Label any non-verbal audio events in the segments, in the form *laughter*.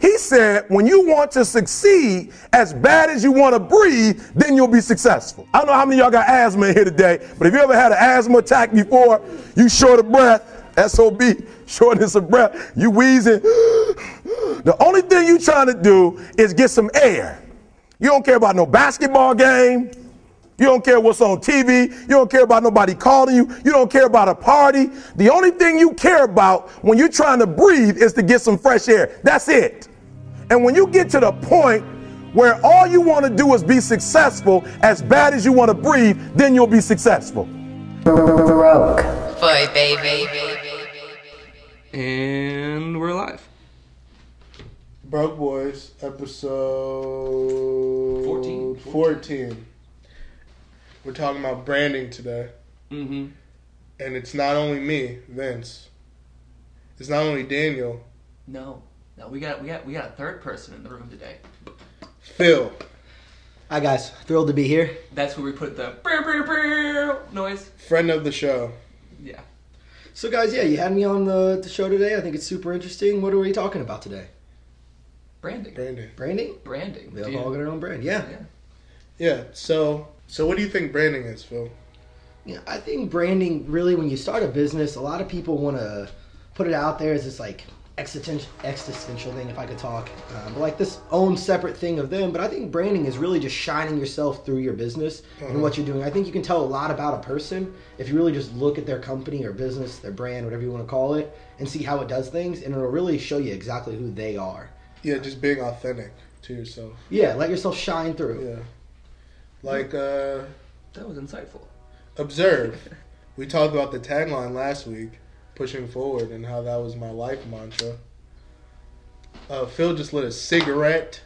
He said, when you want to succeed as bad as you want to breathe, then you'll be successful. I don't know how many of y'all got asthma in here today, but if you ever had an asthma attack before, you short of breath, SOB, shortness of breath, you wheezing. *gasps* The only thing you trying to do is get some air. You don't care about no basketball game. You don't care what's on TV. You don't care about nobody calling you. You don't care about a party. The only thing you care about when you're trying to breathe is to get some fresh air. That's it. And when you get to the point where all you want to do is be successful, as bad as you want to breathe, then you'll be successful. Baroque. Boy, baby. And we're live. Broke Boys, episode 14. 14. We're talking about branding today. Mm-hmm. And it's not only me, Vince. It's not only Daniel, No, no, we got we got we got a third person in the room today. Phil. Hi guys, thrilled to be here. That's where we put the brr, brr, brr noise. Friend of the show. Yeah, So guys, yeah, you had me on the, the show today. I think it's super interesting. What are we talking about today? branding, Branding. Branding? branding. We have dude. all got our own brand. Yeah. Yeah. Yeah, so so what do you think branding is, Phil? yeah. I think branding really when you start a business, a lot of people want to put it out there as this like existential existential thing if I could talk. Um, but like this own separate thing of them, but I think branding is really just shining yourself through your business and what you're doing. I think you can tell a lot about a person if you really just look at their company or business, their brand, whatever you want to call it, and see how it does things and it'll really show you exactly who they are. Yeah, just being authentic to yourself. Yeah, let yourself shine through. Yeah. Like uh that was insightful. observe. we talked about the tagline last week, pushing forward, and how that was my life mantra. Uh, Phil just lit a cigarette.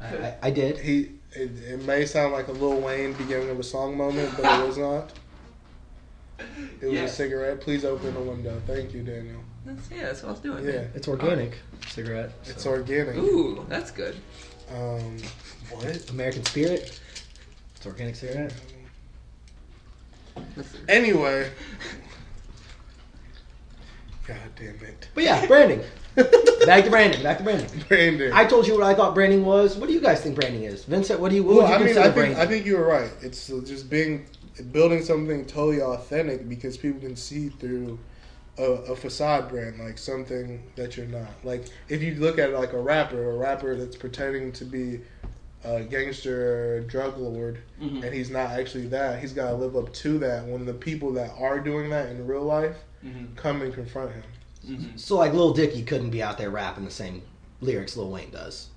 I, I, I did. He it, it may sound like a Lil Wayne beginning of a song moment, but it was not. It was Yeah. a cigarette. Please open the window. Thank you, Daniel. That's yeah, that's what I was doing. Yeah, man. It's organic cigarette. it's so. organic. Ooh, that's good. Um, what? American Spirit. It's organic cigarette. That's- *laughs* Anyway. God damn it. But yeah, branding. *laughs* back to branding. Back to branding. Brandon. I told you what I thought branding was. What do you guys think branding is, Vincent? What do you? What Well, would you I mean, consider I think branding? I think you were right. It's uh, just being building something totally authentic because people can see through a, a facade brand, like something that you're not. Like if you look at it like a rapper, a rapper that's pretending to be a gangster, drug lord, Mhm. Mm-hmm. and he's not actually that. He's got to live up to that. When the people that are doing that in real life Mm-hmm. Mhm. come and confront him, Mhm. so like Lil Dicky couldn't be out there rapping the same lyrics Lil Wayne does.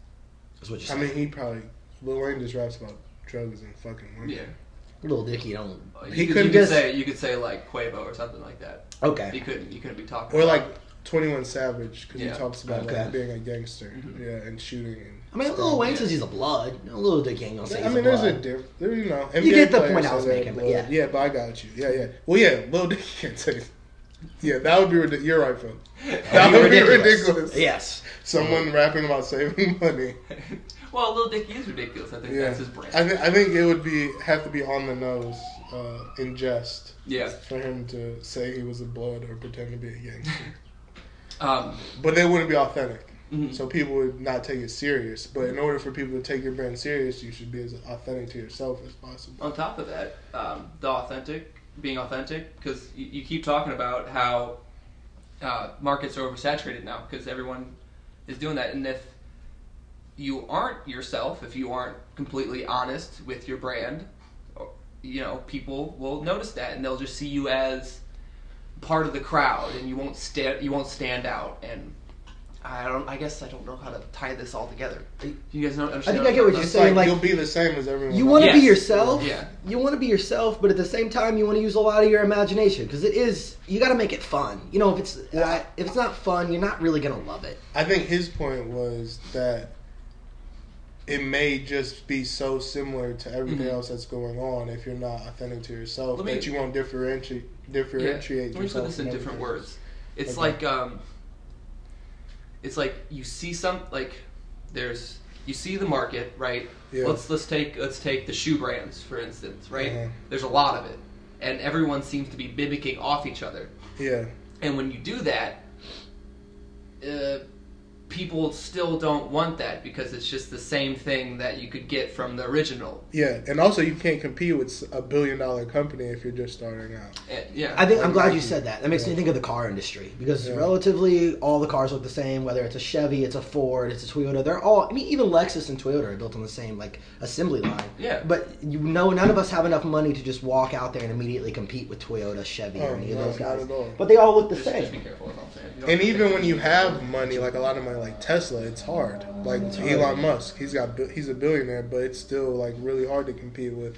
Is what you I saying? mean, he probably Lil Wayne just raps about drugs and fucking women. Yeah, Lil Dicky don't. you, He could, couldn't you could just- say you could say like Quavo or something like that. You Okay. couldn't you couldn't be talking. Or about- like Twenty One Savage, because Yeah. he talks about Okay. Mm-hmm. like being a gangster, yeah, and shooting. And I mean, if Lil Wayne says he's a blood. No, Lil Dicky ain't gonna say he's I mean, a there's a blood. difference. There, you know, You get the players point I say was they're making, but blood. yeah. yeah, but I got you. Yeah, yeah. Well, yeah, Lil Dicky can't say. Yeah, that would be ridiculous. You're right, *laughs* Phil. That Oh, would be ridiculous. Yes. Someone rapping about saving *laughs* money. well, Lil Dicky is ridiculous. I think Yeah, that's his brand. I, th- I think it would be have to be on the nose uh, in jest yeah. for him to say he was a blood or pretend to be a gangster. Um. but they wouldn't be authentic. mhm. So people would not take it serious. But in order for people to take your brand serious, you should be as authentic to yourself as possible. on top of that, um, the authentic, being authentic, because you, you keep talking about how uh, markets are oversaturated now because everyone is doing that. And if you aren't yourself, if you aren't completely honest with your brand, or- you know, people will notice that and they'll just see you as part of the crowd and you won't stand you won't stand out and I don't I guess I don't know how to tie this all together. You guys don't understand. I I'm get what talking you're saying, like, like- you'll be the same as everyone. You want to else. be Yes. yourself. Yeah. You want to be yourself, but at the same time, you want to use a lot of your imagination because it is. You got to make it fun. You know, if it's I, if it's not fun, you're not really gonna love it. I think his point was that it may just be so similar to everything Mhm. else that's going on if you're not authentic to yourself Let me- that you won't differentiate Yeah. differentiate Let me put yourself this from in different everything. words. It's Okay. like um, it's like you see some like there's you see the market right. Yeah. Let's let's take let's take the shoe brands for instance right. Mhm. There's a lot of it, and everyone seems to be mimicking off each other. Yeah. And when you do that, uh, people still don't want that because it's just the same thing that you could get from the original. Yeah, and also you can't compete with a billion dollar company if you're just starting out. Eh, yeah. I think I'm glad you said that. That makes me think of the car industry because Yeah. relatively all the cars look the same. Whether it's a Chevy, it's a Ford, it's a Toyota. They're all. I mean, even Lexus and Toyota are built on the same like assembly line. Yeah. But you know, none of us have enough money to just walk out there and immediately compete with Toyota, Chevy, or Oh, any of no, those not guys. at all. But they all look the just, just be same. careful. That's all I'm saying. You don't have And to even take when you have money, like a lot of money, like Tesla, it's hard. Like Elon Musk, he's got bi- he's a billionaire, but it's still like really hard to compete with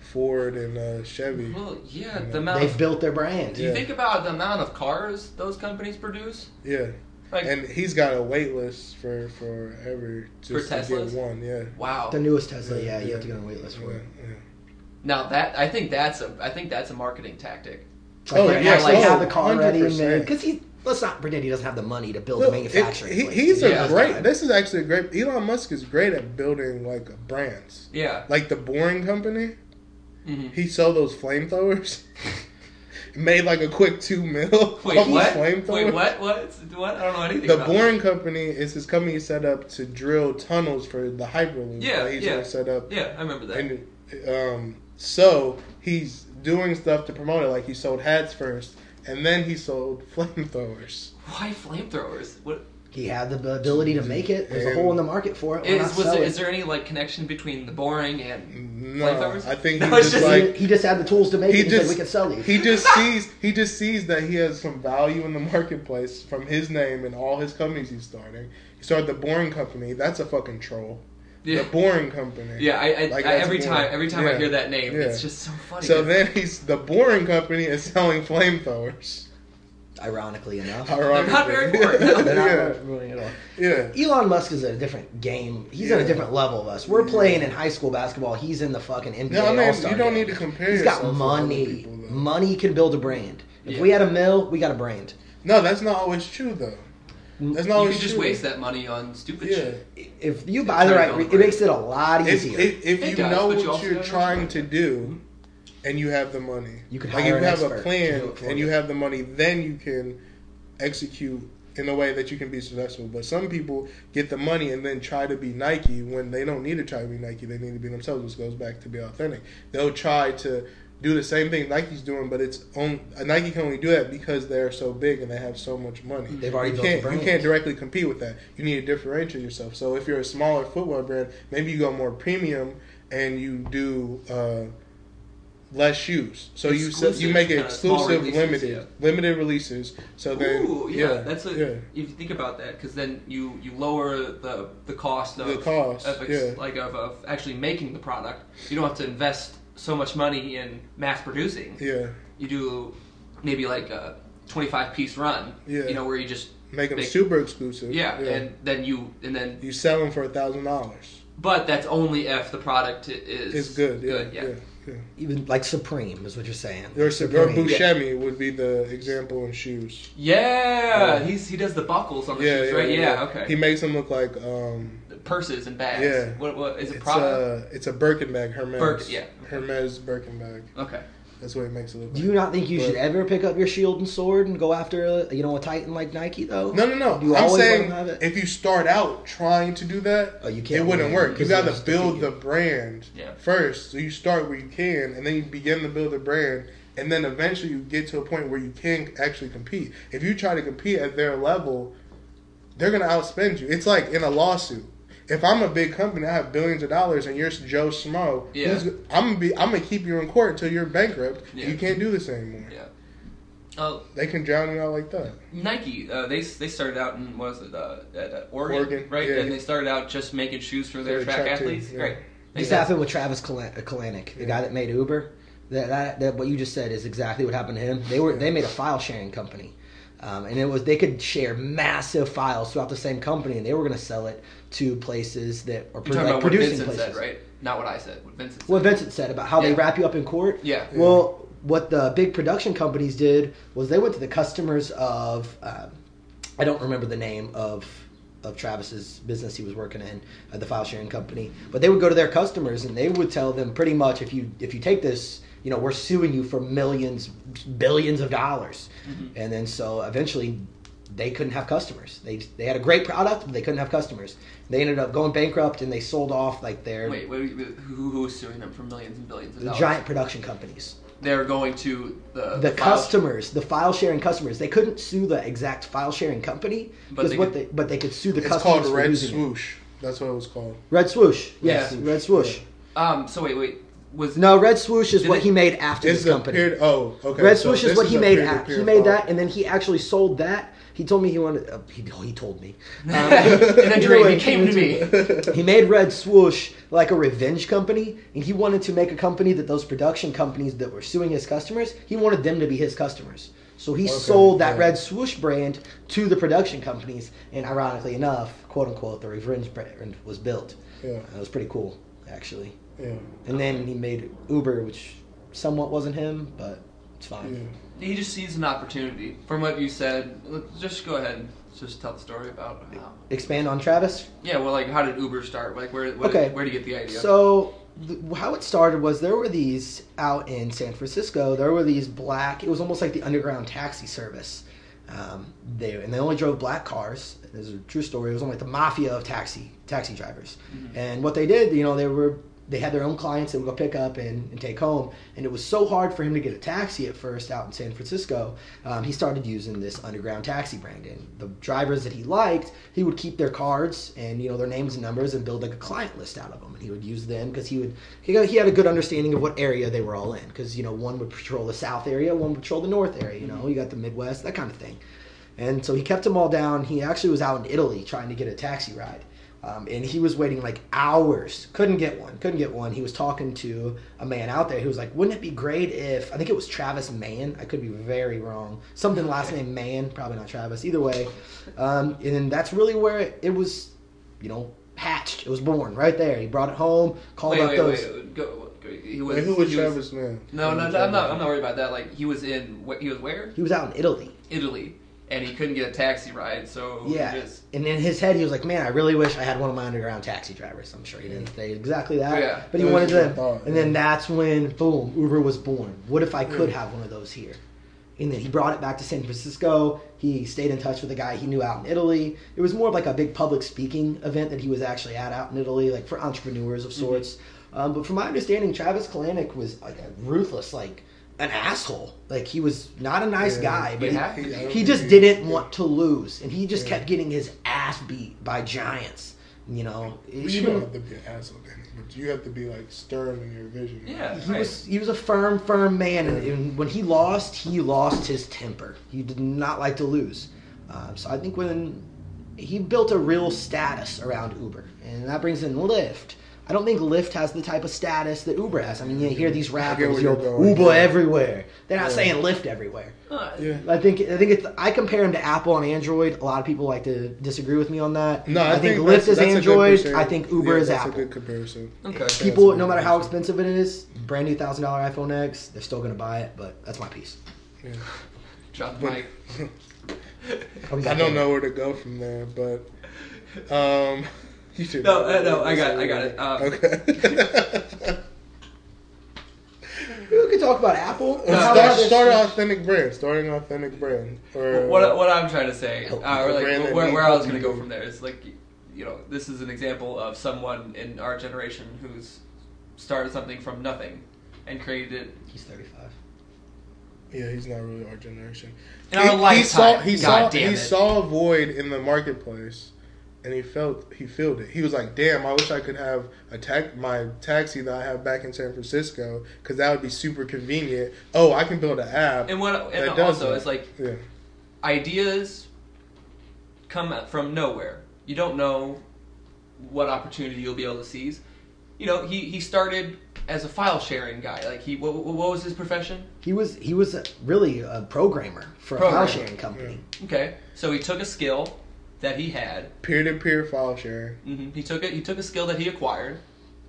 Ford and uh, Chevy. Well, yeah, the amount. They've Of, built their brand. do you Yeah. think about the amount of cars those companies produce? Yeah, Like, and he's got a wait list for forever just For to get Teslas? one. Yeah, wow. The newest Tesla, yeah, you have to get on a wait list for yeah, it. yeah. Now that I think that's a I think that's a marketing tactic. Like, Oh, they yes, like oh, have the car ready, 100%. because he. Let's not pretend he doesn't have the money to build No, a it- manufacturing. he- place, he's dude. a Yeah. great. This is actually a great. Elon Musk is great at building like brands, Yeah. like the Boring Company. Mhm. He sold those flamethrowers. *laughs* Made like a quick two mil. Wait, *laughs* off his what? flamethrower. Wait, what? What? What? I don't know anything. The about Boring Company is his company he set up to drill tunnels for the hyperloop. Yeah, that he's yeah. gonna set up. That. Yeah, I remember that. And um, so he's doing stuff to promote it. Like he sold hats first, and then he sold *laughs* flamethrowers. Why flamethrowers? What He had the ability to make it. There's a And- hole in the market for it. Why is not was sell there, it? is there any like connection between the boring and No, Flamethrowers? I *laughs* think No, he it's just just- like he, he just had the tools to make he it. He said, just we can sell these. *laughs* he just sees he just sees that he has some value in the marketplace from his name and all his companies he's starting. He started the Boring Company. That's a fucking troll. yeah? The Boring Company. Yeah, I, I, Like, I that's every boring. time every time I Yeah. hear that name, Yeah. it's just so funny. So then he's the Boring Company is selling flamethrowers. Ironically enough. Ironically. not very boring, no. They're not yeah, ruining it all. yeah. Elon Musk is at a different game. He's at a Yeah. different level of us. We're playing in high school basketball. He's in the fucking NBA No, I mean, All-Star you don't game. need to compare He's got yourself to other money. people, though. money can build a brand. If Yeah. we had a mill, we got a brand. No, that's not always true though. That's not you always could just true. waste that money on stupid oh, Yeah. shit. If you buy the right, re- it makes it a lot If, easier. if, if It you does, know but you what also you are gotta trying to respect do, and you have the money, You could like hire if you an have expert a to do plan it for and you. you have the money, then you can execute in a way that you can be successful. But some people get the money and then try to be Nike when they don't need to try to be Nike. They need to be themselves, which goes back to be authentic. They'll try to do the same thing Nike's doing, but it's on Nike can only do that because they're so big and they have so much money. They've already you built a can't, brand. You can't directly compete with that. You need to differentiate yourself. So if you're a smaller footwear brand, maybe you go more premium and you do uh, less shoes. So you sell, you Exclusive, make it kinda small exclusive, releases, limited, yeah. limited releases. So then, Ooh, yeah, yeah, that's a, yeah. if you think about that, because then you, you lower the the cost of The cost, of ex- yeah. like of, of actually making the product. You don't have to invest so much money in mass producing. Yeah, You do maybe like a twenty five piece run. Yeah. you know where you just make them Make- super exclusive. yeah, and then you and then you sell them for a thousand dollars. but that's only if the product i- is It's good. Yeah, good, yeah. yeah. yeah. Even like Supreme is what you're saying. Or, or Supreme. Buscemi would be the example in shoes. Yeah, he's he does the buckles on the Yeah, shoes, yeah, right? Yeah, yeah, okay. He makes them look like um, Purses and bags. Yeah. What, what is it? it's Prada. a it's a Birkin bag, Hermes. Birkin, yeah. Hermes Birkin bag. okay. That's what it makes it look. Do like. you not think you But- should ever pick up your shield and sword and go after a, you know a titan like Nike though? No, no, no. Do you I'm always saying wanna have it? if you start out trying to do that, Oh, you can't it wouldn't win work. You because got it's to build defeated. the brand Yeah. first. So you start where you can, and then you begin to build the brand, and then eventually you get to a point where you can actually compete. If you try to compete at their level, they're gonna outspend you. It's like in a lawsuit. If I'm a big company, I have billions of dollars, and you're Joe Schmo. Yeah. who's- I'm gonna be. I'm gonna keep you in court until you're bankrupt. Yeah. You can't do this anymore. Yeah. Uh, They can drown you out like that. Nike, uh, they they started out in what was it uh, at uh, Oregon, Oregon, right? yeah. And they started out just making shoes for their the track, track team, athletes. yeah. Great. This They- happened with Travis Kal- Kalanick, the guy that made Uber. That, that, that what you just said is exactly what happened to him. They were they made a file sharing company, um, and it was they could share massive files throughout the same company, and they were going to sell it to places that You're are pro- talking like about what producing Vincent places. said, right? Not what I said. What Vincent said. What Vincent said about how they Yeah. wrap you up in court. Yeah. Yeah. Well, what the big production companies did was they went to the customers of um, I don't remember the name of of Travis's business he was working in at the file sharing company, but they would go to their customers and they would tell them pretty much if you if you take this. You know, we're Mm-hmm. suing you for millions, billions of dollars, and then so eventually, they couldn't have customers. They they had a great product, but they couldn't have customers. They ended up going bankrupt, and they sold off like their Wait, wait, wait who, who's suing them for millions and billions of the dollars? giant production companies. They're going to Oh, the the file- customers, the file sharing customers, they couldn't sue the exact file sharing company But because they what could- they but they could sue the It's customers called for Red using it. Swoosh. That's what it was called. Red swoosh, yes, Swoosh. red swoosh. Um. So wait, wait. Was No, red swoosh is Did what it- he made after It's this the company. peer- oh, okay. red so swoosh this is what he a made. peer-to-peer At, he made phone. that, and then he actually sold that. He told me he wanted. Uh, he, he told *laughs* me. and *laughs* then Either way, Drake, he came to me. *laughs* He made Red Swoosh like a revenge company, and he wanted to make a company that those production companies that were suing his customers, he wanted them to be his customers. So he sold that yeah. Red Swoosh brand to the production companies, and ironically enough, quote unquote, the revenge brand was built. Yeah. That was pretty cool, actually. Yeah. And then he made Uber, which somewhat wasn't him, but it's fine. Yeah. He just sees an opportunity. From what you said, let's just go ahead and just tell the story about how. Expand on Travis Yeah, well, like, how did Uber start? Like, where, where, Okay. where do you get the idea? So the, how it started was there were these out in San Francisco. There were these black. It was almost like the underground taxi service. Um, they and they only drove black cars. This is a true story. It was almost like the mafia of taxi taxi drivers. Mm-hmm. And what they did, you know, they were they had their own clients that would go pick up and, and take home. And it was so hard for him to get a taxi at first out in San Francisco. Um, he started using this underground taxi brand. And the drivers that he liked, he would keep their cards and, you know, their names and numbers and build like a client list out of them. And he would use them because he would, he, got, he had a good understanding of what area they were all in. Because, you know, one would patrol the south area, one would patrol the north area, you know, you got the Midwest, that kind of thing. And so he kept them all down. He actually was out in Italy trying to get a taxi ride. Um, and he was waiting like hours. Couldn't get one. Couldn't get one. He was talking to a man out there who was like, wouldn't it be great if, I think it was Travis Mann. I could be very wrong. Something last name Mann, probably not Travis. Either way. Um, and then that's really where it, it was, you know, hatched. It was born right there. He brought it home, called wait, up wait, those. wait, Go, go- he was, Wait, who was he Travis Mann? no, Who no, was no, I'm not. Travis I'm not worried about that. Like, he was in. wh- He was where? He was out in Italy. Italy, and he couldn't get a taxi ride. So he Yeah. just- And in his head, he was like, man, I really wish I had one of my underground taxi drivers. I'm sure he didn't say exactly that. Yeah. But he That wanted was to. his thought, and then yeah. that's when, boom, Uber was born. What if I could have one of those here? And then he brought it back to San Francisco. He stayed in touch with a guy he knew out in Italy. It was more of like a big public speaking event that he was actually at out in Italy, like for entrepreneurs of sorts. Um, but from my understanding, Travis Kalanick was like a ruthless, like an asshole. Like he was not a nice Yeah. guy, but You'd he- have to be. I don't he think just he- didn't want to lose, and he just kept getting his ass beat by giants. You know, But You don't even have to be an asshole, Danny, but you have to be like stern in your vision. yeah, he right. was he was a firm, firm man, and, and when he lost, he lost his temper. He did not like to lose. Um, so I think when he built a real status around Uber, and that brings in Lyft. I don't think Lyft has the type of status that Uber has. I mean, you hear these rappers, where you you're know, going. Uber everywhere. They're not saying Lyft everywhere. Uh, Yeah. I think I think it's I compare him to Apple and Android. A lot of people like to disagree with me on that. No, I, think, that's- Lyft is that's a good Android. comparison. I think Uber Yeah, is that's Apple. a good comparison. Okay. People, That's no a matter good how comparison. expensive it is, brand new thousand dollar iPhone X, they're still gonna buy it. But that's my piece. Drop the mic. I don't know where to go from there, but um, *laughs* you should. No, uh, no, I got it, I got it. Um, *laughs* okay. We could talk about Apple. Well, How start, about start an this- authentic brand. Start an authentic brand. Or What, what I'm trying to say, uh, Oh, or Brand like that where, we- where I was going to go from there is like, you know, this is an example of someone in our generation who's started something from nothing and created it. He's thirty five. Yeah, he's not really our generation. In our lifetime, God saw, damn he it. saw a void in the marketplace, and he felt he filled it. He was like, "Damn, I wish I could have a tac- my taxi that I have back in San Francisco because that would be super convenient. Oh, I can build an app." And what, that and does also that. it's like yeah, ideas come out from nowhere. You don't know what opportunity you'll be able to seize. You know, he, he started as a file sharing guy. Like he, what, what what was his profession? He was he was a- really a programmer for a Programmer. file sharing company. Okay, so he took a skill that he had peer-to-peer file sharing. hmm He took it. He took a skill that he acquired,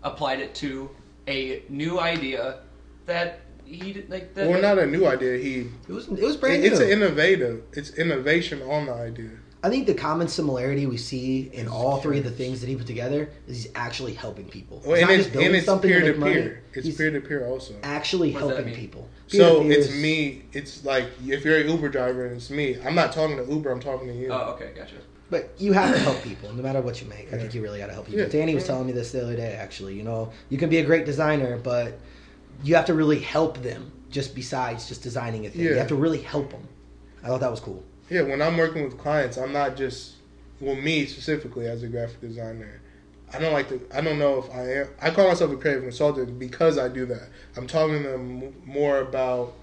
applied it to a new idea that he did, like. That, Well, not a new idea. He It was it was brand it's new. an innovative. It's innovation on the idea. I think the common similarity we see in all three of the things that he put together is he's actually helping people. Well, He's and, not it's, just building and it's something to peer make to money. peer. It's He's peer to peer also. actually What does that helping mean? people. So Peer-to-peer it's is- me. It's like if you're an Uber driver and it's me, I'm not talking to Uber. I'm talking to you. Oh, okay, gotcha. But you have to help people, no matter what you make. I think you really got to help people. Yeah. Danny was telling me this the other day, actually. You know, you can be a great designer, but you have to really help them. Just besides just designing a thing, you Yeah. have to really help them. I thought that was cool. Yeah, when I'm working with clients, I'm not just well me specifically as a graphic designer. I don't like to. I don't know if I am. I call myself a creative consultant because I do that. I'm talking to them m- more about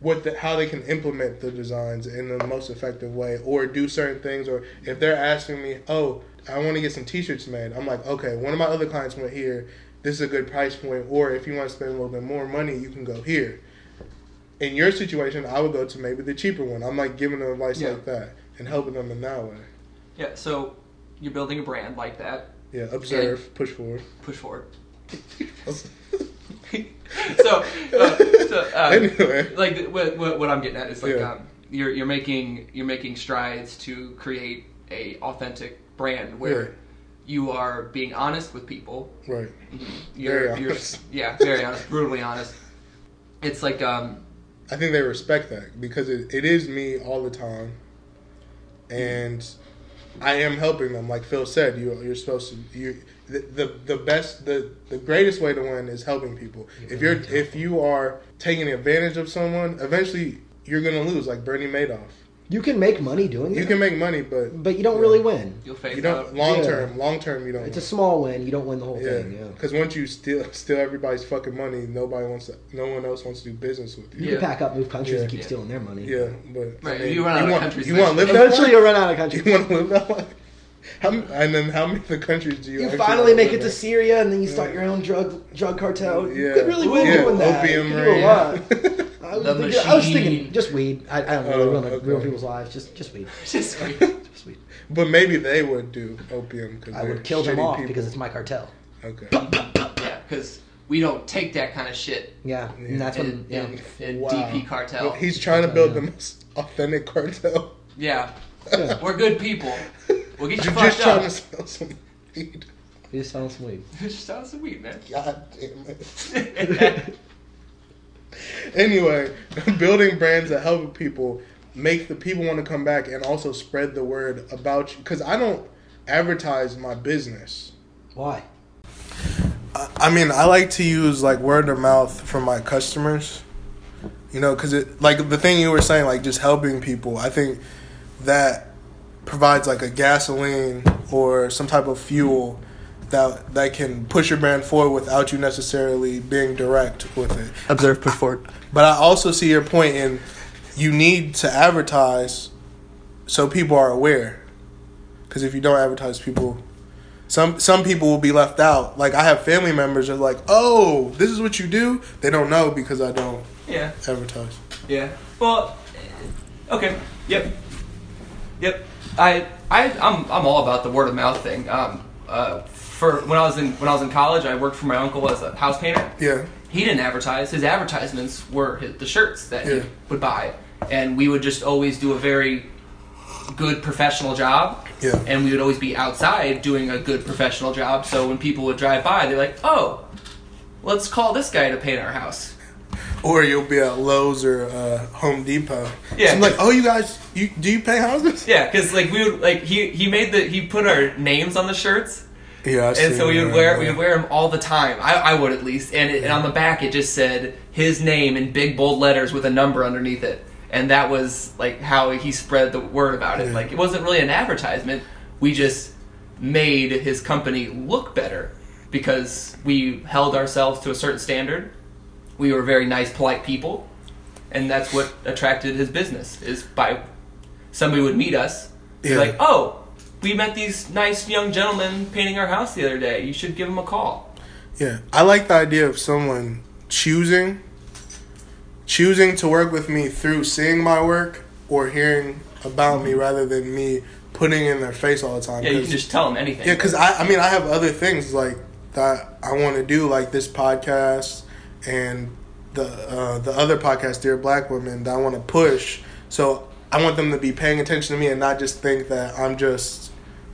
what the, how they can implement the designs in the most effective way, or do certain things, or if they're asking me, oh, I want to get some T-shirts made. I'm like, okay, one of my other clients went here. This is a good price point, or if you want to spend a little bit more money, you can go here in your situation, I would go to maybe the cheaper one. I'm like giving them advice Yeah. like that and helping them in that way. Yeah, so you're building a brand like that. Yeah, observe, push forward. Push forward. so, so, uh, so uh, anyway, like th- what, what, what I'm getting at is like Yeah. um, you're you're making you're making strides to create a authentic brand where Yeah. you are being honest with people. right. You're, Very you're, honest. *laughs* Yeah, very honest, brutally honest. It's like um I think they respect that because it, it is me all the time, and I am helping them. Like Phil said, you you're supposed to you the the, the best the, the greatest way to win is helping people. if you're if you are taking advantage of someone, eventually you're gonna lose. Like Bernie Madoff, You can make money doing that, you can make money, but but you don't really win. you'll face You up. don't long Yeah. term. Long term, you don't. It's a small win. You don't win the whole yeah, thing. Yeah. because once you steal *laughs* steal everybody's fucking money, nobody wants. To, no one else wants to do business with You you. Yeah. can pack up, move countries, and Yeah. keep stealing their money. Yeah, but Right, you run out of want, countries You want to live that Eventually, you'll life? run out of *laughs* You countries. want to live that life? How, m- and then how many other countries do you? You actually finally wanna make it live to in? Syria, and then you start your own drug drug cartel. You Yeah. could really win Yeah, doing that. opium You could do a ring. *laughs* lot. I was, The thinking, I was machine. thinking just weed. I, I don't really Oh, ruin, okay. ruin people's lives. Just just weed. *laughs* Just like- Just weed. But maybe they would do opium because I would kill them off because it's my cartel. okay. yeah, because we don't take that kind of shit Yeah, and that's when in, yeah. in, in Wow. DP cartel. Well, he's trying to build the yeah. most authentic cartel. yeah, *laughs* yeah. we're good people. *laughs* We'll get you You're just fucked trying up. to sell some weed. We just found some weed. just sounds some weed, man. God damn it. *laughs* anyway, *laughs* building brands that help people make the people want to come back and also spread the word about you. Because I don't advertise my business. Why? I mean, I like to use like word of mouth from my customers. You know, because it like the thing you were saying, like just helping people. I think that provides like a gasoline or some type of fuel that that can push your brand forward without you necessarily being direct with it. Observe, push forward. But I also see your point in you need to advertise so people are aware. Because if you don't advertise, people some some people will be left out. Like I have family members that are like, oh, this is what you do. They don't know because I don't *laughs* Yeah. advertise. Yeah. Well, eh, okay. Yep. Yep. I I I'm I'm all about the word of mouth thing. Um uh for when I was in when I was in college, I worked for my uncle as a house painter. Yeah, He didn't advertise. His advertisements were his, the shirts that Yeah. he would buy, and we would just always do a very good professional job. Yeah. And we would always be outside doing a good professional job. So when people would drive by, they're like, "Oh, let's call this guy to paint our house." or you'll be at Lowe's or uh, Home Depot. Yeah. so I'm like, oh, you guys, you do you paint houses? Yeah, because like we would like he he made the he put our names on the shirts, Yeah, I see and so we would what you're wear we doing. would wear them all the time. I, I would at least, and, it, and on the back it just said his name in big bold letters with a number underneath it, and that was like how he spread the word about it. Like it wasn't really an advertisement. We just made his company look better because we held ourselves to a certain standard. We were very nice, polite people, and that's what attracted his business is by somebody would meet us be Yeah. like oh we met these nice young gentlemen painting our house the other day you should give them a call Yeah, I like the idea of someone choosing choosing to work with me through seeing my work or hearing about me rather than me putting in their face all the Mm-hmm. time. yeah you 'Cause- can just tell them anything yeah, because I, I mean, I have other things like that I want to do, like this podcast and the uh, the other podcast, Dear Black Women, that I want to push. So I want them to be paying attention to me and not just think that I'm just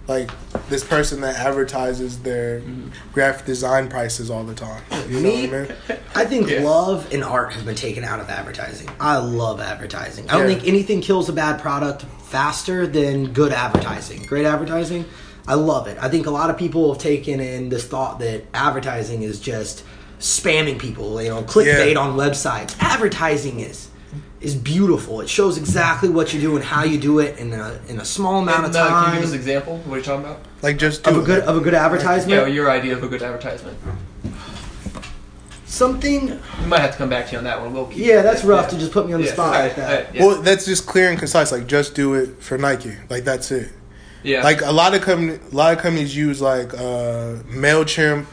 like this person that advertises their Mm-hmm. graphic design prices all the time. You know Me? what I *laughs* mean? I think Yeah. love and art have been taken out of advertising. I love advertising. I don't Yeah. think anything kills a bad product faster than good advertising. Great advertising, I love it. I think a lot of people have taken in this thought that advertising is just spamming people, you know, clickbait Yeah. on websites. Advertising is is beautiful. It shows exactly what you do and how you do it in a in a small amount of And, uh, Can you time. give us an example? What are you talking about? Like just do of a good it. of a good advertisement. Yeah, your idea of a good advertisement. Something We might have to come back to you on that one. We'll keep yeah, that's rough to just put me on the Yeah. spot like Alright, that. alright, yeah. Well, that's just clear and concise. Like just do it for Nike. Like that's it. yeah. Like a lot of com- a lot of companies use like uh, Mailchimp,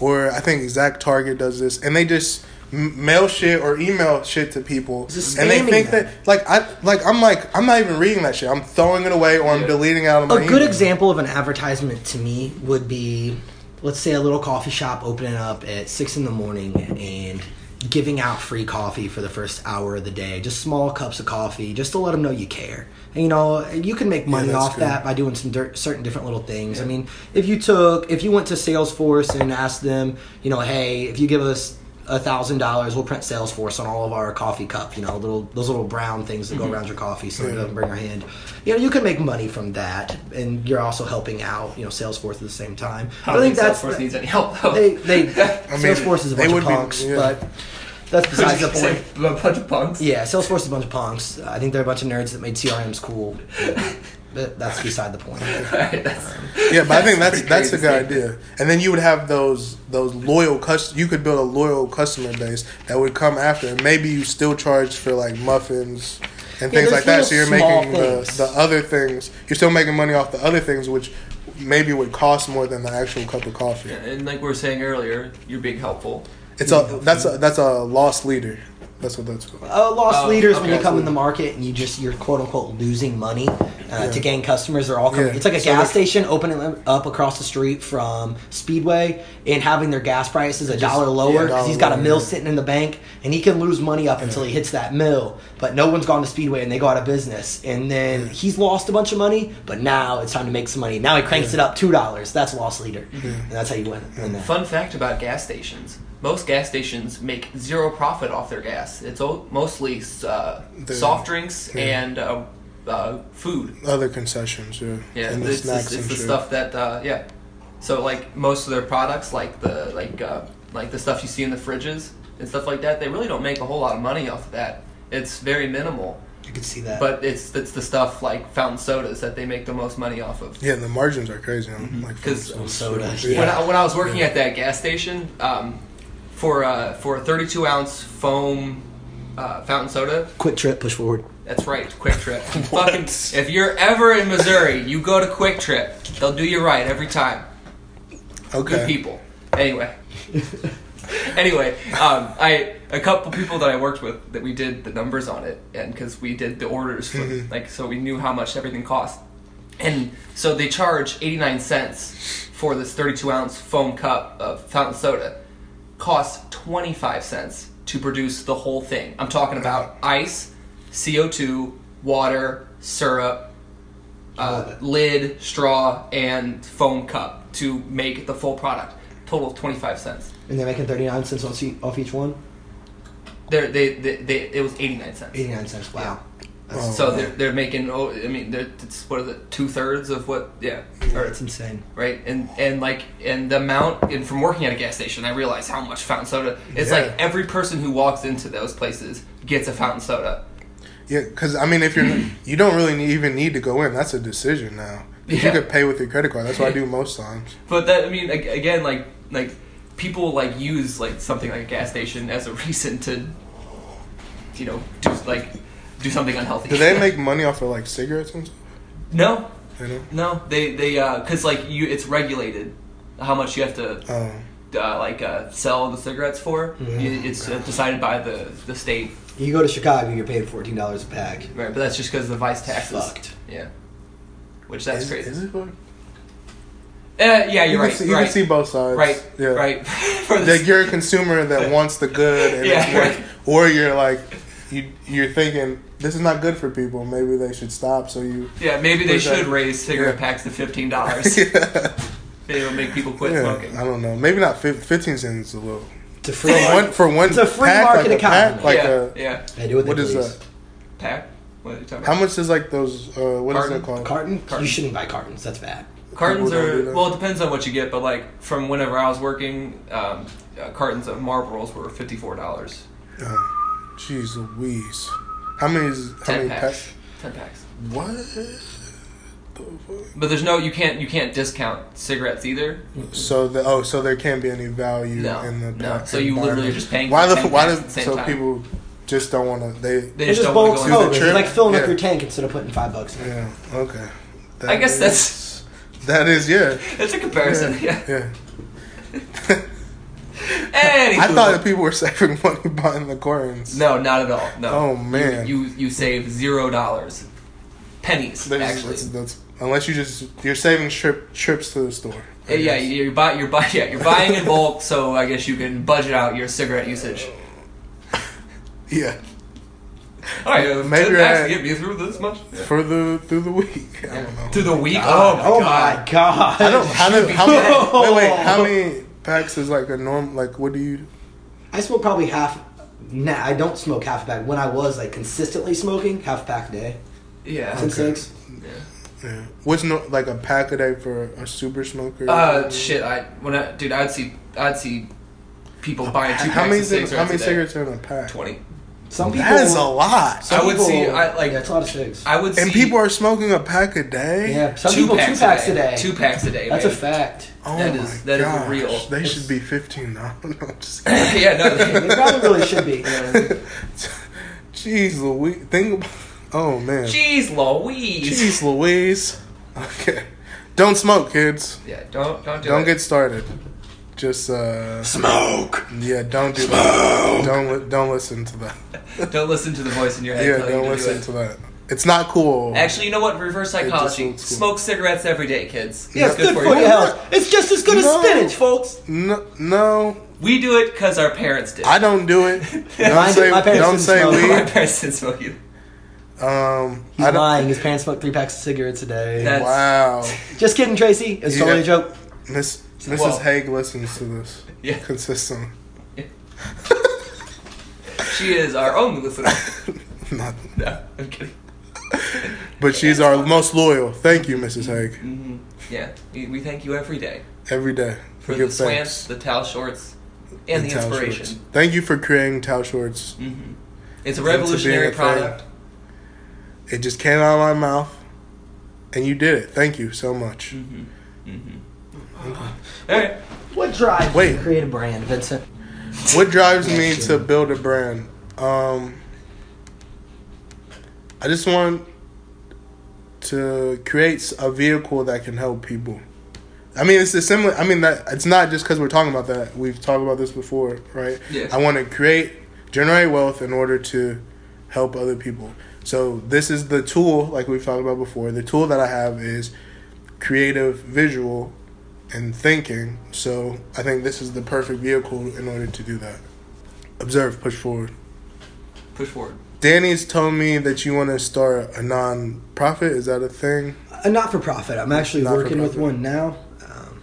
or I think Exact Target does this, and they just m- mail shit or email shit to people, Just and they spamming think them. that like I like I'm like I'm not even reading that shit. I'm throwing it away or I'm Yeah. deleting it out of my. A good email. example of an advertisement to me would be, let's say, a little coffee shop opening up at six in the morning and giving out free coffee for the first hour of the day, just small cups of coffee, just to let them know you care. And, you know, you can make money that's off good. that by doing some dirt, certain different little things. I mean, if you took, if you went to Salesforce and asked them, you know, hey, if you give us a thousand dollars, we'll print Salesforce on all of our coffee cup. You know, little those little brown things that Mm-hmm. go around your coffee, so it doesn't burn your hand. You know, you can make money from that, and you're also helping out. You know, Salesforce at the same time. I But don't think Salesforce needs any help though. *laughs* *laughs* they *laughs* they mean, Salesforce is a they bunch of would be- punks, yeah. but that's besides the It's point. a bunch of punks. Yeah, Salesforce is a bunch of punks. I think they're a bunch of nerds that made *laughs* CRMs cool. But that's beside the point. Alright, that's- Yeah, but I think that's pretty that's a crazy good statement. idea. And then you would have those those loyal cus. You could build a loyal customer base that would come after, and maybe you still charge for like muffins and Yeah, things there's like that. little So you're small making the, things. the other things. You're still making money off the other things, which maybe would cost more than the actual cup of coffee. And like we were saying earlier, you're being helpful. It's a that's a that's a lost leader. That's what that's called. Uh, lost Oh, leaders okay. when you come in the market and you just you're quote unquote losing money uh, to gain customers are all coming. Yeah. It's like a So gas like- station opening up across the street from Speedway and having their gas prices a dollar lower because dollar he's got a lower, mill yeah. sitting in the bank and he can lose money up until he hits that mill. But no one's gone to Speedway and they go out of business and then he's lost a bunch of money. But now it's time to make some money. Now he cranks it up two dollars. That's lost leader, and uh, that's how you win. win that. Fun fact about gas stations: most gas stations make zero profit off their gas. It's o- mostly uh, The- soft drinks and uh, uh, food. Other concessions, yeah, Yeah, and the it's, it's, snacks it's and the shit. stuff that uh, yeah. So like most of their products, like the like uh, like the stuff you see in the fridges and stuff like that, they really don't make a whole lot of money off of that. It's very minimal, You can see that. but it's it's the stuff like fountain sodas that they make the most money off of. Yeah, the margins are crazy. on Mm-hmm. Like for 'Cause instance. soda. When Yeah. I, when I was working at that gas station, um, for uh, for a 32 ounce foam uh, fountain soda, Quick trip, push forward. that's right, Quick *laughs* Trip. Fucking, if you're ever in Missouri, you go to Quick Trip. They'll do you right every time. Good okay. people. Anyway. *laughs* anyway, um, I a couple people that I worked with that we did the numbers on it, and because we did the orders for like, so we knew how much everything cost. And so they charge eighty nine cents for this thirty two ounce foam cup of fountain soda. Costs twenty five cents to produce the whole thing. I'm talking about ice, CO two, water, syrup, uh, lid, straw, and foam cup to make the full product. Total of twenty five cents. And they're making 39 cents on se- off each one? They're, they, they, they, it was eighty nine cents. 89 cents, wow. Oh, So wow. they're, they're making oh I mean they're, it's what is it two thirds of what yeah or That's insane. right and and like and the amount and from working at a gas station I realized how much fountain soda it's Yeah. like every person who walks into those places gets a fountain soda Yeah, because I mean, if you're you don't really need, even need to go in. That's a decision now. If Yeah. You could pay with your credit card. That's what I do most times. But that I mean, ag- again, like like people like use like something like a gas station as a *laughs* reason to, you know, do like do something unhealthy. Do they make money off of like cigarettes and stuff? *laughs* no, You know? no, they they because like you, it's regulated how much you have to Um, uh, like uh, sell the cigarettes for. Mm-hmm. You- It's uh, decided by the the state, You go to Chicago, you're paying $14 a *laughs* pack. right? But that's just because the vice taxes. Fucked. Yeah. Which that's is, crazy. Is it fun? Uh, yeah, You, you're can right. see, you right. can see both sides. right. Yeah. Right. *laughs* For the *laughs* Like you're a consumer that wants the good, and Yeah, it's worth- right. or you're like you you're thinking this is not good for people. Maybe they should stop. So you *laughs* Yeah, maybe they Where's that? should raise cigarette packs to fifteen *laughs* dollars. Maybe it'll make people quit Yeah, Uh, smoking. I don't know. Maybe not fif- fifteen cents is a little. It's a free For one, for one It's a free pack, market like a pack, economy. like yeah, a- yeah. They do what, what they is please. that? Pack. What are you talking How about? much is like those? Uh, what is Carton? that called? Carton? Carton. You shouldn't buy cartons. That's bad. Cartons People don't do are that. well. It depends on what you get, but like from whenever I was working, um, uh, cartons of Marlboros were fifty four dollars. Oh, Jeez Louise. How many? Is, how Ten many packs. packs? Ten packs. What? The fuck? But there's no you can't you can't discount cigarettes either. So the oh, so there can't be any value No, in the no. pack So you and buy literally it. are just paying Why for the 10 why packs at the does same so time. people just don't want to they They It's just don't just want bulk to go smoke. in. smoke. trip. It's like filling Yeah. up your tank instead of putting five bucks in it. yeah okay. I guess That that's- is- that is yeah It's a comparison. Yeah. yeah. *laughs* Anywho. I thought that people were *laughs* saving money buying the coins. No, not at all. No. Oh, man. You you, you save zero dollars, pennies There's- actually. that's- that's- unless you just you're saving trip trips to the store. I Uh, yeah, guess. you're buy, you're buy, yeah, you're buying in bulk, so I guess you can budget out your cigarette usage. yeah. All right, uh, Maybe ten packs I- to get me through this much For the through the week. I don't know. to the week. oh my god. I don't. How many? How dead. many wait, wait. How *laughs* many packs is like a norm? Like, what do you? I smoke probably half. Nah, I don't smoke half a pack. When I was like consistently smoking, half a pack a day. Yeah. Since six. Yeah. What's no like a pack a day for a super smoker? Uh, shit. I when I dude, I'd see I'd see people buying two how packs many? of cig- cigarettes. how many a day. cigarettes are in a pack? Twenty. Some people. That is a lot. some I would see- people- I, like- yeah, it's a lot of six. I would. see and people are smoking a pack a day. yeah, some people two packs a day. Two packs a day. That's man. a fact. Oh That my is- that is gosh. real. They It's- should be fifteen. *laughs* No, I'm just *laughs* yeah. No. *laughs* They probably really should be. Jeez Louise, think. ab- Oh man. Jeez Louise. Jeez Louise. Okay. Don't smoke, kids. Yeah. Don't don't do Don't it. get started. Just uh. Smoke. Yeah, don't do that. Don't li- don't listen to that. *laughs* don't listen to the voice in your head. Yeah, telling you don't to listen do it. to that. It's not cool. Actually, you know what? Reverse psychology. looks cool. Smoke cigarettes every day, kids. Yeah, it's good, *laughs* for, your health. It's just as good No. as spinach, folks. no, no, We do it because our parents did. *laughs* I don't do it. Don't Mine- say my parents don't didn't say smoke. My weed. parents didn't smoke either. Um, He's I don't. lying. His parents smoke three packs of cigarettes a day. That's- Wow, just kidding, Tracy. It's Yeah. totally a joke. Miss Mrs. Well- Haig listens to this Yeah. consistently. *laughs* She is our only *laughs* listener. Not, no, I'm kidding. but she's our most loyal. Thank you, Mrs. Haig. hmm Yeah, we, we thank you every day Every day for We the give slants, thanks. the towel shorts, and the towel shorts. inspiration. Thank you for creating towel shorts. hmm It's a being a revolutionary thing. product. It just came out of my mouth, and you did it. Thank you so much. All right. What drives you Wait. to create a brand, Vincent? What drives me to build a brand? Um, I just want to create a vehicle that can help people. I mean, it's a similar. I mean, that it's not just because we're talking about that. We've talked about this before, right? Yes. I want to create, generate wealth in order to help other people. So this is the tool, like we've talked about before. The tool that I have is creative visual and thinking. So I think this is the perfect vehicle in order to do that. Observe, push forward. Push forward. Danny's told me that you want to start a non-profit. Is that a thing? A not for profit. I'm actually Not for working with profit. one now. Um,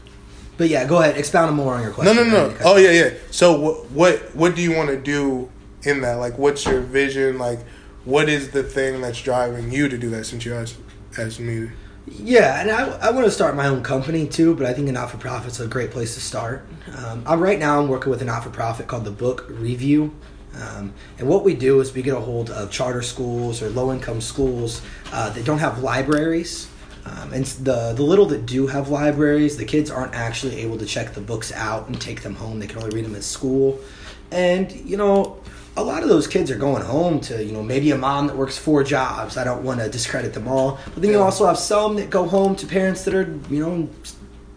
but yeah, go ahead. Expound more on your No, question. no, no. Because- Oh yeah, yeah. So what what what do you want to do in that? Like, what's your vision? Like, what is the thing that's driving you to do that? Since you asked asked me. Yeah, and I, I want to start my own company too, but I think a not for profit's a great place to start. Um, I'm, right now, I'm working with a not for profit called the Book Review. Um, and what we do is we get a hold of charter schools or low income schools uh, that don't have libraries. Um, and s- the, the little that do have libraries, the kids aren't actually able to check the books out and take them home. They can only read them at school. And, you know, a lot of those kids are going home to you know maybe a mom that works four jobs i don't want to discredit them all but then you also have some that go home to parents that are you know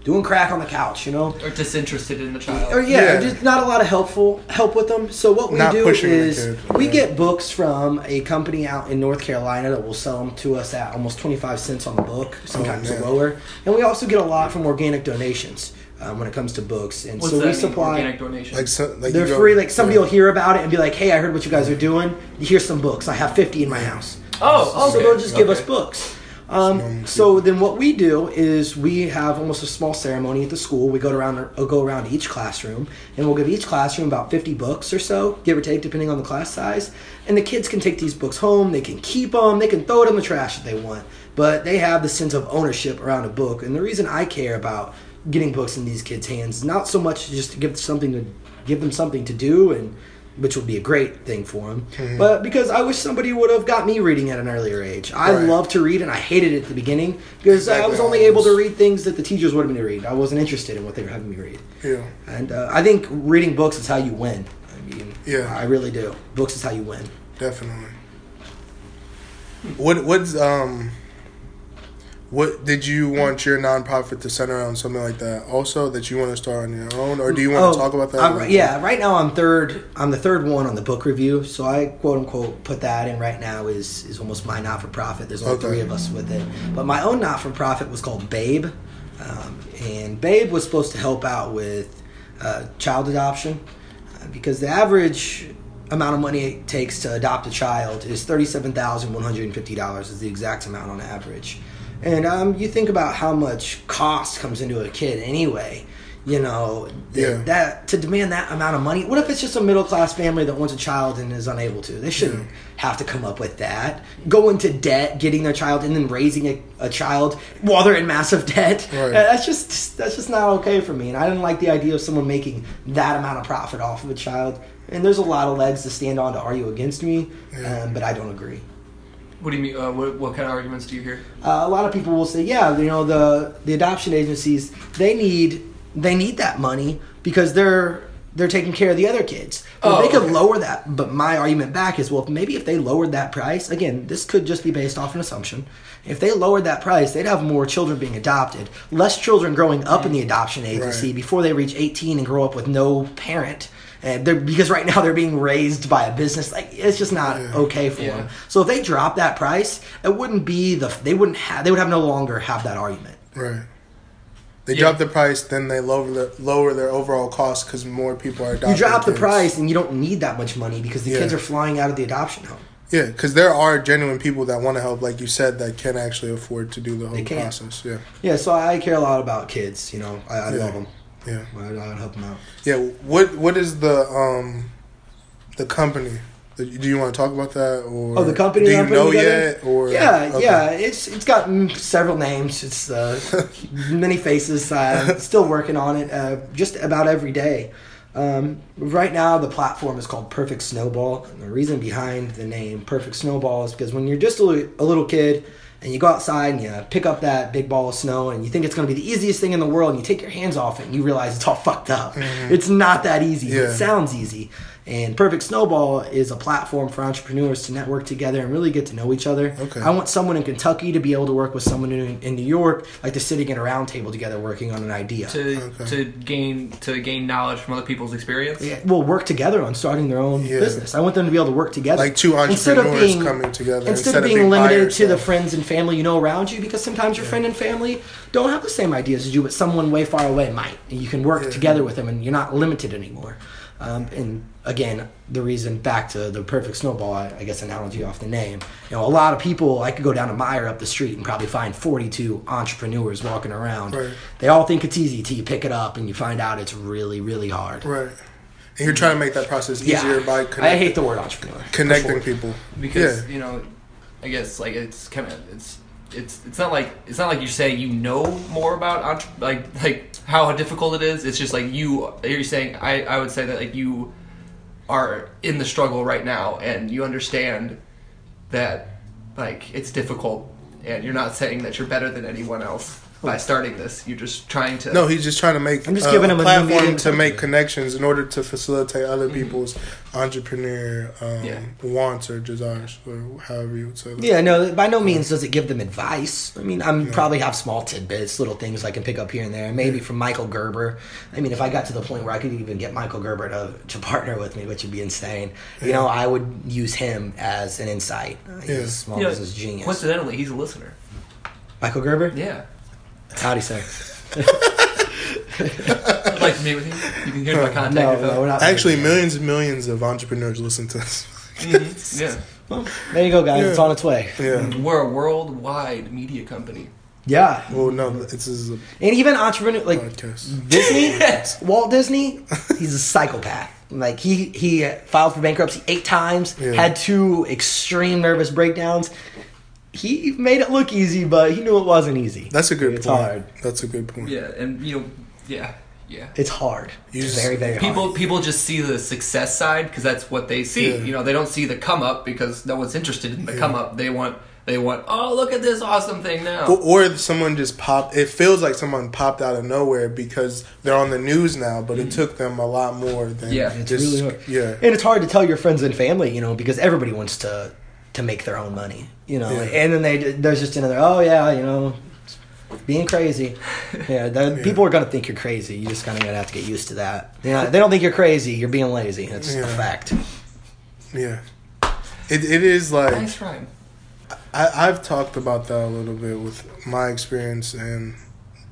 doing crack on the couch you know Or disinterested in the or child. yeah, Yeah. just not a lot of helpful help with them. So what we Not do pushing the is kid, we yeah. get books from a company out in North Carolina that will sell them to us at almost twenty five cents on the book, sometimes Oh, man. lower, and we also get a lot from organic donations. um, when it comes to books. And What's so that we mean, supply organic donation? Like, so, like they're you go- free. Like somebody will hear about it and be like, "Hey, I heard what you guys are doing. Here's some books. I have 50 in my house." oh, okay. So they'll just give us okay. books. Um, so then what we do is we have almost a small ceremony at the school. We go around uh, go around each classroom and we'll give each classroom about 50 books or so, give or take depending on the class size. And the kids can take these books home, they can keep them, they can throw it in the trash if they want. But they have the sense of ownership around a book. And the reason I care about getting books in these kids' hands not so much just to give something to give them something to do and which would be a great thing for them. Mm-hmm. But because I wish somebody would have got me reading at an earlier age. I Right. love to read and I hated it at the beginning because I was Exactly. only able to read things that the teachers wanted me to read. I wasn't interested in what they were having me read. Yeah. And uh, I think reading books is how you win. I mean, Yeah. I really do. Books is how you win. Definitely. What what's um what did you want your nonprofit to center on something like that? Also, that you want to start on your own, or do you want to talk about that? Oh, I'm- yeah, right now I'm third. I'm the third one on the book review, so I quote unquote put that in right now is is almost my not for profit. There's only Okay. three of us with it, but my own not for profit was called Babe, um, and Babe was supposed to help out with uh, child adoption uh, because the average amount of money it takes to adopt a child is thirty-seven thousand one hundred and fifty dollars is the exact amount on average. And um, you think about how much cost comes into a kid anyway. You know, th- Yeah. that to demand that amount of money. What if it's just a middle class family that wants a child and is unable to? They shouldn't have to come up with that. Go into debt, getting their child, and then raising a, a child while they're in massive debt. Right. Uh, that's just that's just not okay for me and i didn't like the idea of someone making that amount of profit off of a child and there's a lot of legs to stand on to argue against me um, but i don't agree What do you mean? Uh, what, what kind of arguments do you hear? uh, a lot of people will say, yeah, you know, the the adoption agencies they need they need that money because they're they're taking care of the other kids. Well, Oh, they could okay. lower that, but my argument back is, well, if maybe if they lowered that price, again, this could just be based off an assumption. If they lowered that price, they'd have more children being adopted, less children growing up in the adoption agency Right. before they reach 18 and grow up with no parent. And they're, because right now they're being raised by a business, like it's just not okay for Yeah. them. So if they drop that price, it wouldn't be the they wouldn't have they would have no longer have that argument. Right. They Yeah. drop the price, then they lower the, lower their overall cost because more people are adopting. You drop the kids. price and you don't need that much money because the Yeah. kids are flying out of the adoption home. Yeah, because there are genuine people that want to help, like you said, that can actually afford to do the whole can. process. Yeah, Yeah, so I care a lot about kids. You know, I, I love 'em. yeah, love them. I, I help them out. yeah. What what is the um the company? Do you want to talk about that or Oh, the company. Do that you I'm putting know together? yet? Or yeah, okay. yeah. It's it's got mm, several names. It's uh, *laughs* many faces. I'm still working on it. Uh, just about every day. Um, right now, the platform is called Perfect Snowball. And the reason behind the name Perfect Snowball is because when you're just a, li- a little kid and you go outside and you pick up that big ball of snow and you think it's going to be the easiest thing in the world and you take your hands off it and you realize it's all fucked up. It's not that easy. but It Mm-hmm. Yeah. sounds easy. And Perfect Snowball is a platform for entrepreneurs to network together and really get to know each other. Okay. I want someone in Kentucky to be able to work with someone in, in New York, like they're sitting at a round table together working on an idea. To Okay. to gain to gain knowledge from other people's experience. Yeah, Well, work together on starting their own Yeah. business. I want them to be able to work together, Like two Instead of entrepreneurs being- coming together Instead, instead of of being being by limited to the yourself. friends and family you know around you, because sometimes your friend and family don't have the same ideas as you, but someone way far away might. And you can work together with them, and you're not limited anymore. Um, and again, the reason back to the perfect snowball, I, I guess analogy off the name. You know, a lot of people. I could go down to Meyer up the street and probably find 42 entrepreneurs walking around. Right. They all think it's easy till you pick it up and you find out it's really, really hard. right. And you're trying to make that process easier by connect, I hate the word entrepreneur. connecting people. because yeah. you know i guess like it's kind of it's it's it's not like it's not like you say you know more about entre- like like how difficult it is it's just like you you're saying i i would say that like you are in the struggle right now and you understand that like it's difficult and you're not saying that you're better than anyone else by starting this you're just trying to No, he's just trying to make I'm just uh, giving him a new Mm-hmm. platform medium to to- make connections in order to facilitate other people's entrepreneur um, Yeah. wants or desires, or however you would say that. Yeah, no, by no means does it give them advice. I mean, I'm probably have small tidbits, little things I can pick up here and there, maybe from Michael Gerber. I mean, if I got to the point where I could even get Michael Gerber to, to partner with me, which would be insane, you know, I would use him as an insight. Uh, He's Yeah. a small you know, business genius. coincidentally he's a listener Michael Gerber? yeah Howdy, sir. I'd like to meet with you. You can hear my contact No, info. no, we're not. Actually, millions and millions of entrepreneurs listen to us. Mhm, Yeah. There you go, guys. It's on its way. *laughs* Yeah. We're a worldwide media company. Yeah, Well, no, this is a and even entrepreneur like Mm-hmm. podcast. *laughs* Disney, Yes. Walt Disney, he's a psychopath. Like he he filed for bankruptcy eight times, Yeah. had two extreme nervous breakdowns. He made it look easy, but he knew it wasn't easy. That's a good It's point. hard. That's a good point. Yeah, and you know, yeah, yeah. It's hard. You it's just- very very hard. People people just see the success side because that's what they see. Yeah. You know, they don't see the come up because no one's interested in the come up. They want they want oh look at this awesome thing now. Or, or someone just popped. It feels like someone popped out of nowhere because they're on the news now, but it took them a lot more than Yeah, it's Mm-hmm. It's just really hard. yeah. And it's hard to tell your friends and family, you know, because everybody wants to to make their own money, you know. Yeah. And then they there's just another, oh yeah, you know, being *laughs* crazy. Yeah, that, people are gonna think you're crazy. You just kind of gonna have to get used to that. You know, they don't think you're crazy. You're being lazy. It's a Yeah. fact. Yeah. It, it is like nice rhyme. I, I've talked about that a little bit with my experience and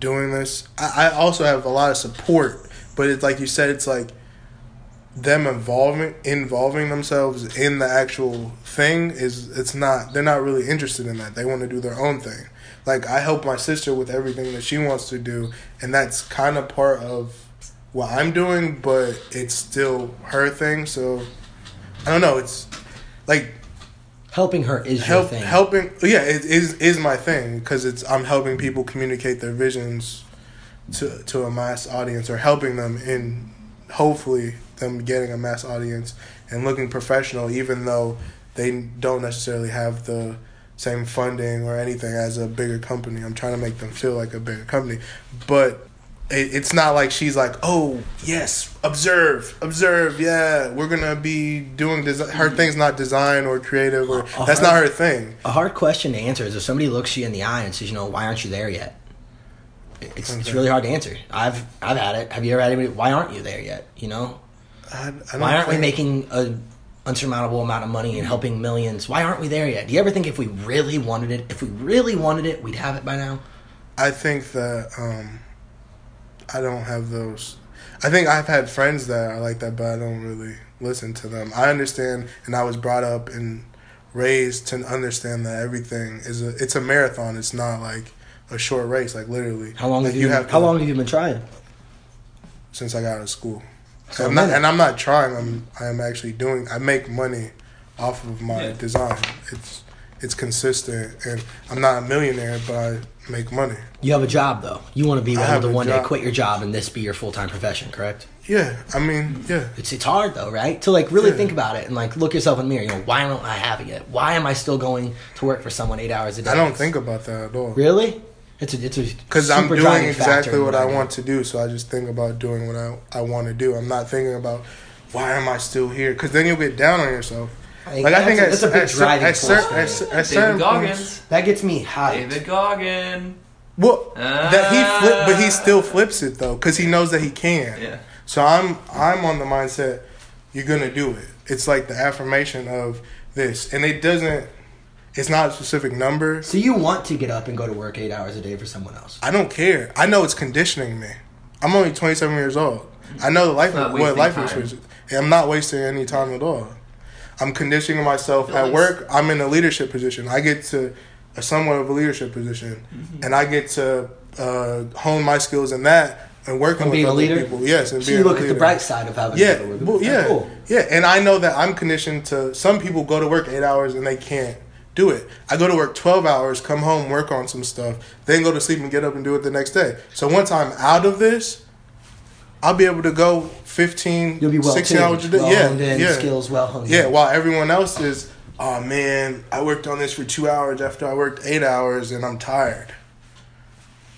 doing this. I, I also have a lot of support, but it's like you said, it's like them involving involving themselves in the actual thing is it's not they're not really interested in that. They want to do their own thing. Like I help my sister with everything that she wants to do, and that's kind of part of what I'm doing, but it's still her thing. So I don't know. It's like Helping her is your help thing. helping yeah it is is my thing because it's i'm helping people communicate their visions to to a mass audience or helping them in hopefully them getting a mass audience and looking professional even though they don't necessarily have the same funding or anything as a bigger company i'm trying to make them feel like a bigger company but it, it's not like she's like, oh yes, observe, observe. Yeah, we're gonna be doing desi- her thing's not design or creative or Uh, that's not her thing. A hard question to answer is if somebody looks you in the eye and says, you know, why aren't you there yet? It's, it's Okay. really hard to answer. I've I've had it. Have you ever had anybody? Why aren't you there yet? You know, I, I don't Why aren't we think- making an unsurmountable amount of money and helping millions? Why aren't we there yet? Do you ever think if we really wanted it, if we really wanted it, we'd have it by now? I think that um, I don't have those. I think I've had friends that are like that, but I don't really listen to them. I understand, and I was brought up and raised to understand that everything is a it's a marathon. It's not like a short race. Like literally, How long Like, have you, to- How long have you been trying? since I got out of school. So I'm not, many. and I'm not trying. I'm I'm actually doing. I make money off of my Yeah. design. It's it's consistent, and I'm not a millionaire, but I make money. You have a job though. You want to be able have to a one day job. quit your job and this be your full time profession, correct? Yeah, I mean, yeah, It's it's hard though, right? To like really Yeah. think about it and like look yourself in the mirror. You know, why don't I have it yet? Why am I still going to work for someone eight hours a day? I don't think about that at all. really. It's a it's a Because I'm super doing driving factor exactly in what I do. want to do, so I just think about doing what I, I want to do. I'm not thinking about why am I still here? Because then you'll get down on yourself. I think like I that's think a- at, that's a big at, cer- driving at, cer- force for me. at, cer- at David certain points, Goggins. That gets me hot. David Goggin. Well, that he flip, but he Ah. still flips it though, because he knows that he can. Yeah. So I'm I'm on the mindset you're gonna do it. It's like the affirmation of this, and it doesn't. It's not a specific number. So you want to get up and go to work eight hours a day for someone else? I don't care. I know it's conditioning me. I'm only 27 years old. I know the life Not what wasting life time. experience. is. And I'm not wasting any time at all. I'm conditioning myself Feel at like- work. I'm in a leadership position. I get to a somewhat of a leadership position, Mm-hmm. and I get to uh, hone my skills in that and working And with being a other leader? people. Yes, and So being you look a at leader. the bright side of having Yeah, to go to work. well, yeah, Cool. yeah, and I know that I'm conditioned to. Some people go to work eight hours and they can't do it. I go to work twelve hours, come home, work on some stuff, then go to sleep and get up and do it the next day. So once I'm out of this, I'll be able to go 15, You'll be well 16 hours a day. well honed yeah, in, yeah, skills well honed. yeah. in. While everyone else is, oh man, I worked on this for two hours after I worked eight hours and I'm tired.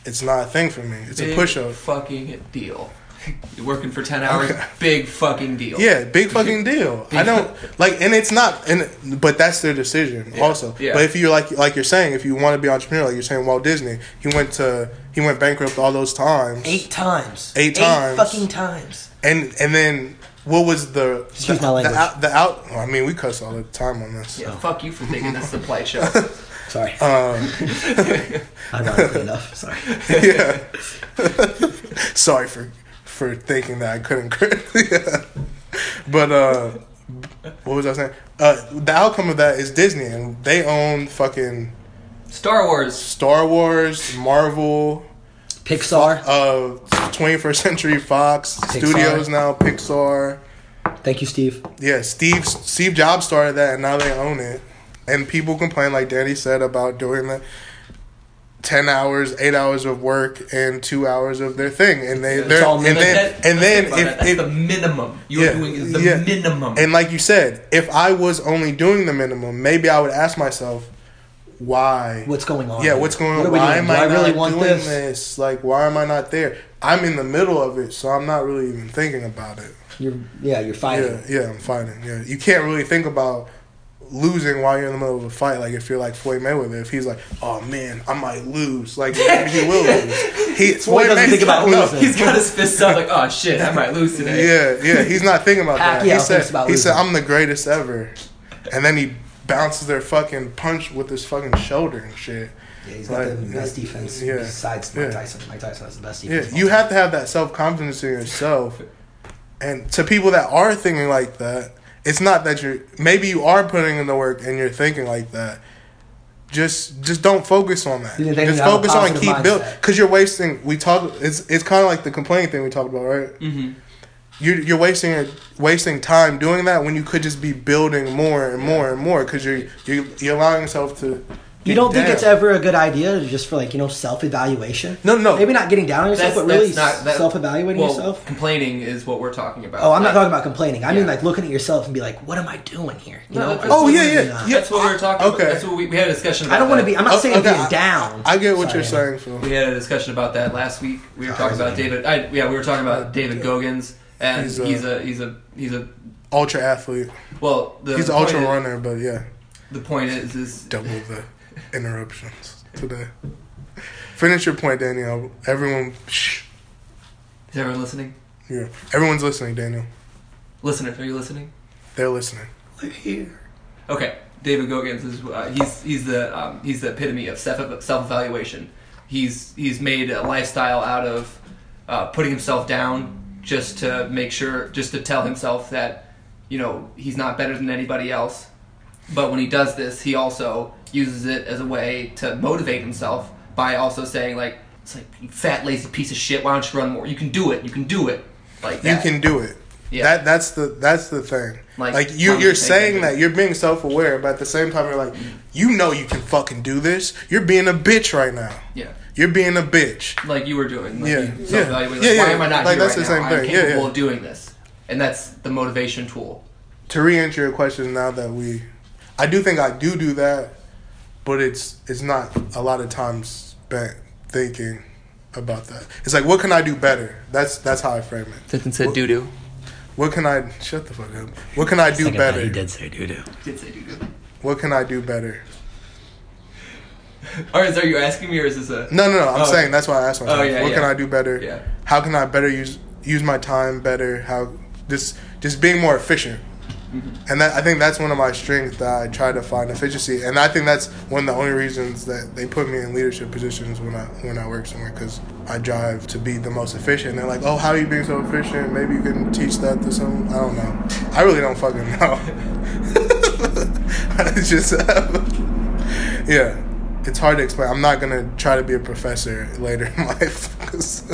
It's not a thing for me. It's a Big push up. Fucking deal. *laughs* You're working for ten hours. Big fucking deal. Yeah, big fucking deal. I don't *laughs* like, and it's not, and but that's their decision also. yeah. But if you like, like you're saying, if you want to be entrepreneur, like you're saying, Walt Disney, he went to he went bankrupt all those times, Eight times. Eight times. fucking times. and and then what was the Excuse the, my language. the out? The out well, I mean, we cuss all the time on this. *laughs* Yeah, fuck you for thinking that's the play show. Sorry, Um, *laughs* ironically enough. Sorry. *laughs* yeah. Sorry for for thinking that I couldn't *laughs* correctly. But uh, what was I saying? Uh, the outcome of that is Disney, and they own fucking Star Wars. Star Wars, Marvel, Pixar. uh, 21st Century Fox Studios now, Pixar. Thank you, Steve. Yeah, Steve Steve Jobs started that, and now they own it. And people complain, like Danny said, about doing the ten hours, eight hours of work, and two hours of their thing. And they, they're, all and minute. then, That- and that's then, about that. that's if, the if, minimum you're Yeah, doing is the yeah. minimum. and like you said, if I was only doing the minimum, maybe I would ask myself, why? What's going on? Yeah, here? what's going on? What are we why doing? am Do I, I really not want doing this? this? Like, why am I not there? I'm in the middle of it, so I'm not really even thinking about it. You're, yeah, you're fighting. Yeah, yeah, I'm fighting. Yeah, you can't really think about losing while you're in the middle of a fight. Like if you're like Floyd Mayweather, if he's like, "Oh man, I might lose," like maybe he *laughs* will lose. He Floyd doesn't think about no, *laughs* losing. He's got his fists up like, oh shit, I might lose today. Yeah, yeah, he's not thinking about that. Pacquiao he said, thinks about he said, losing. "I'm the greatest ever," and then he bounces their fucking punch with his fucking shoulder and shit. Yeah, he's got Like, the best defense yeah, besides Mike yeah. Tyson. Mike Tyson has the best Yeah, defense. you have to have that self confidence in yourself. And to people that are thinking like that, it's not that you're maybe you are putting in the work and you're thinking like that. Just just don't focus on that. Yeah, they Just have a focus on positive keep mindset. building because you're wasting. We talk. It's it's kind of like the complaining thing we talked about, right? Mm-hmm. You're you're wasting your- wasting time doing that when you could just be building more and more and more because you're you you're allowing yourself to. get You don't think down. it's ever a good idea just for like you know self evaluation? No, no. Maybe not getting down on yourself, but really self evaluating well, yourself. Complaining is what we're talking about. Oh, I'm not Like, talking about complaining. I mean Yeah. like looking at yourself and be like, what am I doing here? No, You know? that's- I- Oh yeah, yeah, Nah. yeah. That's what we were talking about. Okay. That's what we, we had a discussion about. I don't want to that. be. I'm not Oh, saying okay, being I- down. I get what Sorry. you're saying, Phil. We had a discussion about that last week. We were talking about David. I, yeah, we were talking about David Goggins, and He's uh, he's a- a he's a he's a, Ultra athlete. well. The, He's the an ultra point runner, but yeah, Is, the point is, is double the interruptions today. Finish your point, Daniel. Everyone, shh. is everyone listening? Yeah, everyone's listening, Daniel. Listeners, are you listening? They're listening. We're here. Okay, David Goggins is uh, he's he's the um, he's the epitome of self self evaluation. He's he's made a lifestyle out of uh, putting himself down just to make sure, just to tell himself that you know he's not better than anybody else. But when he does this, he also uses it as a way to motivate himself by also saying like, "It's like you fat lazy piece of shit. Why don't you run more? You can do it. You can do it." Like that. You can do it. Yeah. That that's the that's the thing. Like, Like, you why do you're you think I saying do? that you're being self aware, but at the same time you're like, you know you can fucking do this. You're being a bitch right now. Yeah. You're being a bitch. like you were doing. Like Yeah, yeah, yeah. you self-evaluate, Yeah, Like, yeah. Why am I not Like, here that's right the now? same I'm thing. Yeah, capable yeah. of doing this, and that's the motivation tool. to re-answer your question now that we i do think i do do that but it's it's not a lot of time spent thinking about that it's like what can i do better that's that's how i frame it Vincent said doo doo. what can i shut the fuck up what can i do better say doo doo. Did say doo doo. what can i do better Or is are you asking me, or is this a? no no no i'm Oh. saying that's why i asked myself Oh, yeah, what can yeah. i do better Yeah. how can i better use use my time better how just just being more efficient Mm-hmm. and that, I think that's one of my strengths that I try to find efficiency, and I think that's one of the only reasons that they put me in leadership positions when I when I work somewhere because I drive to be the most efficient. They're like, "Oh, how are you being so efficient? Maybe you can teach that to someone." I don't know. I really don't fucking *laughs* know. *laughs* I just yeah, it's hard to explain. I'm not gonna try to be a professor later in *laughs* life. *laughs* 'cause-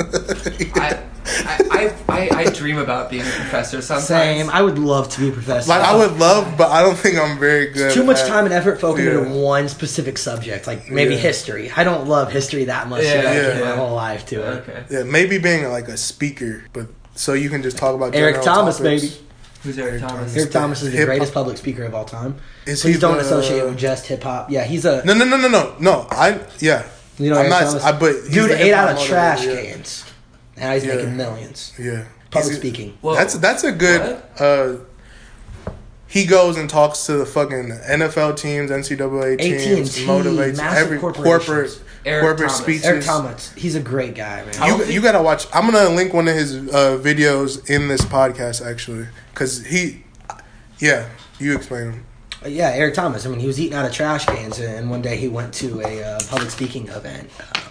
I, I, I, I, I dream about being a professor sometimes. Same. I would love to be a *laughs* professor. like I would love, but I don't think I'm very good. Too much at- time and e- effort focused Yeah. into one specific subject, like maybe Yeah. history. I don't love history that much. Yeah, Yeah, I yeah. give my whole life to it. Okay. Yeah, maybe being like a speaker, but so you can just talk about Eric general Thomas, topics. baby. Who's Eric Thomas? Eric Thomas is the Hip- greatest public speaker of all time. Is Please he don't the- associate with just hip hop. Yeah, he's a No, no, no, no, no, no. I yeah. you know I'm Eric not- Thomas. I- but he's dude the ate hip-hop out of motivator, trash yeah. cans. Now he's Yeah. making millions. Yeah, Public He's- speaking. Whoa. That's that's a good. uh He goes and talks to the fucking NFL teams, NCAA teams, AT&T, motivates massive every corporations. corporate Eric corporate Thomas. speeches. Eric Thomas, he's a great guy, man. You, you gotta watch. I'm gonna link one of his uh, videos in this podcast actually, because he, yeah, you explain him. Uh, yeah, Eric Thomas. I mean, he was eating out of trash cans, and one day he went to a uh, public speaking event. Um,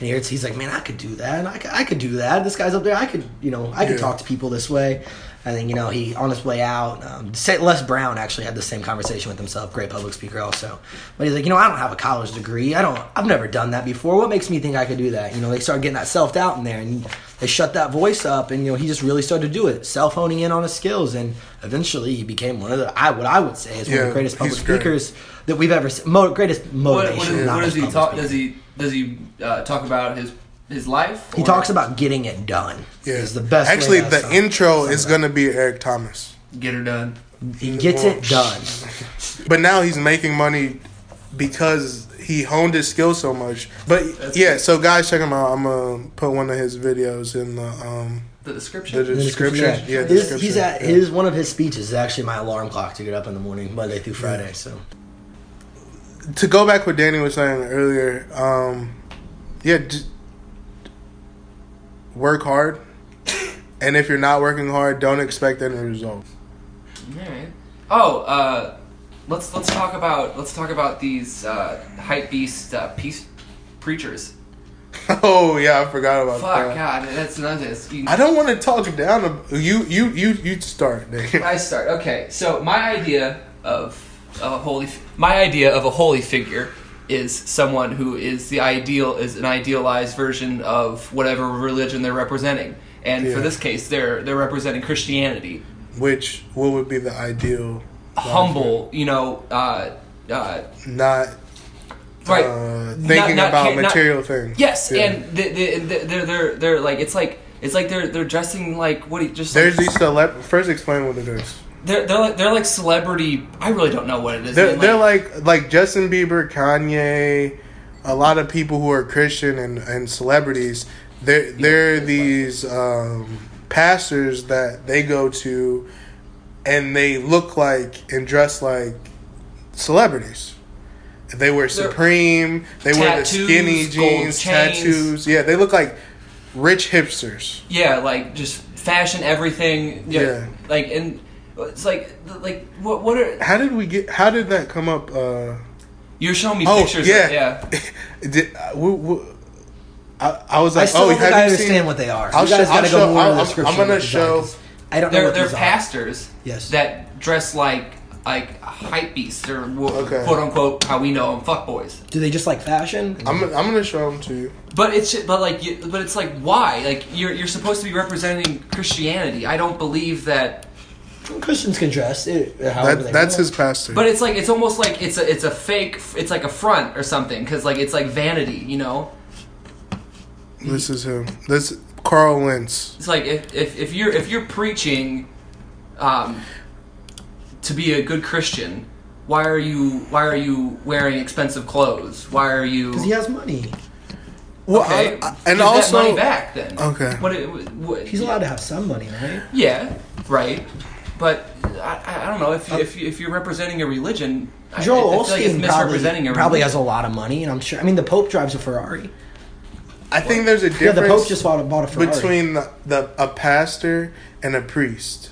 and Eric's, he's like, man, I could do that. I could, I could do that. This guy's up there. I could, you know, I could Yeah. talk to people this way. And then, you know, he, on his way out, um, say- Les Brown actually had the same conversation with himself, great public speaker also. But he's like, you know, I don't have a college degree. I don't, I've never done that before. What makes me think I could do that? You know, they started getting that self doubt in there and they shut that voice up. And, you know, he just really started to do it, self honing in on his skills. And eventually he became one of the, I, what I would say is one of Yeah, the greatest public he's great. speakers that we've ever seen. Mo- greatest What, motivation. what, is, not what does just he public talk? speaking. Does he does he uh, talk about his his life? He or- talks about getting it done. Yeah. Is the best. way Actually, to the sum- intro sum is it going to be Eric Thomas. get her done. up. He gets it done. But now he's making money because he honed his skill so much. But yeah, so guys, check him out. I'm going to put one of his videos in the. Um, The description. The description. Yeah, His- description. he's at Yeah. his one of his speeches is actually my alarm clock to get up in the morning Monday through Friday. So to go back what Danny was saying earlier, um, yeah, j- work *laughs* hard, and if you're not working hard, don't expect any results. *laughs* All right. Oh, uh, let's let's talk about let's talk about these uh, hype beast uh, peace preachers. oh yeah, I forgot about Fuck that. God, that's not this. You- I don't want to talk down. ab- You you you you start. Danny. I start. Okay, so my idea of a holy, my idea of a holy figure is someone who is the ideal, is an idealized version of whatever religion they're representing. And Yeah. for this case, they're they're representing Christianity. Which what would be the ideal? Humble, you know, uh, uh, Not right? uh, Not- thinking not about ca- not- material things. Yes, Yeah. and they, they, they- they're they're they're like it's like it's like they're they're dressing like what do you just there's like, these celeb. First, explain what it is. they're they're like they're like celebrity. I really don't know what it is. They're, man, they're like like Justin Bieber, Kanye, a lot of people who are Christian and, and celebrities. They're they're these um, pastors that they go to, and they look like and dress like celebrities. They wear Supreme. They wear the Tattoos, skinny gold jeans, chains. tattoos. Yeah, they look like rich hipsters. yeah, like just fashion everything. Yeah, Yeah. like and it's like like what what are How did we get? How did that come up? Uh, you're showing me Oh pictures? yeah, Of, yeah. *laughs* Did- uh, we- we- I, I was I like, still oh, don't think have I you understand seen? what they are. I'll you guys show- gotta I'll go show- more I'll- in the I'm- description. I'm gonna of the design, show- 'cause I don't know They're what they're these are. pastors. Yes. that dress like like hype beasts or Okay. quote unquote how we know them fuck boys. Do they just like fashion? I'm, I'm gonna show them to you. But it's but like you- but it's like why like you're you're supposed to be representing Christianity. I don't believe that. Christians can dress. It, however That, they that's want. his pastor. But it's like it's almost like it's a it's a fake. It's like a front or something because like it's like vanity. You know, this is him. This Carl Lentz. it's like if if, if you're if you're preaching, um, to be a good Christian. Why are you Why are you wearing expensive clothes? Why are you? 'Cause he has money. Well, okay, uh, I- I- and give that also, money back then. Okay. What, it- what- He's allowed to have some money, right? Yeah, right. But I, I- I don't know if if, you, if you're representing a religion, I- I, Uh, Joel feel like it's Olstein probably, misrepresenting a probably religion. has a lot of money, and I'm sure. I mean, the Pope drives a Ferrari. I think there's a Yeah, the Pope difference just bought a, bought a Ferrari. between the, the a pastor and a priest.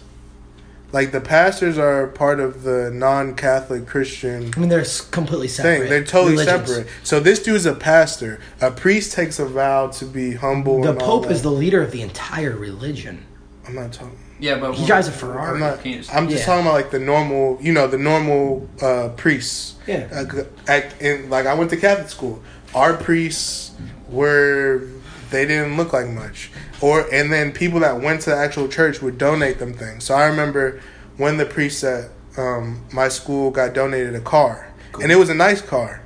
Like the pastors are part of the non-Catholic Christian I mean, they're s- completely separate. thing. They're totally religions. separate. So this dude's a pastor. A priest takes a vow to be humble. The and all Pope is that. the leader of the entire religion. I'm not talking. yeah, but He drives a I'm Ferrari. not. Can you just- I'm just Yeah. talking about like the normal, you know, the normal uh, priests. Yeah. Like, I- in, like I went to Catholic school. Our priests were they didn't look like much, or and then people that went to the actual church would donate them things. So I remember when the priest at um, my school got donated a car, and it was a nice car.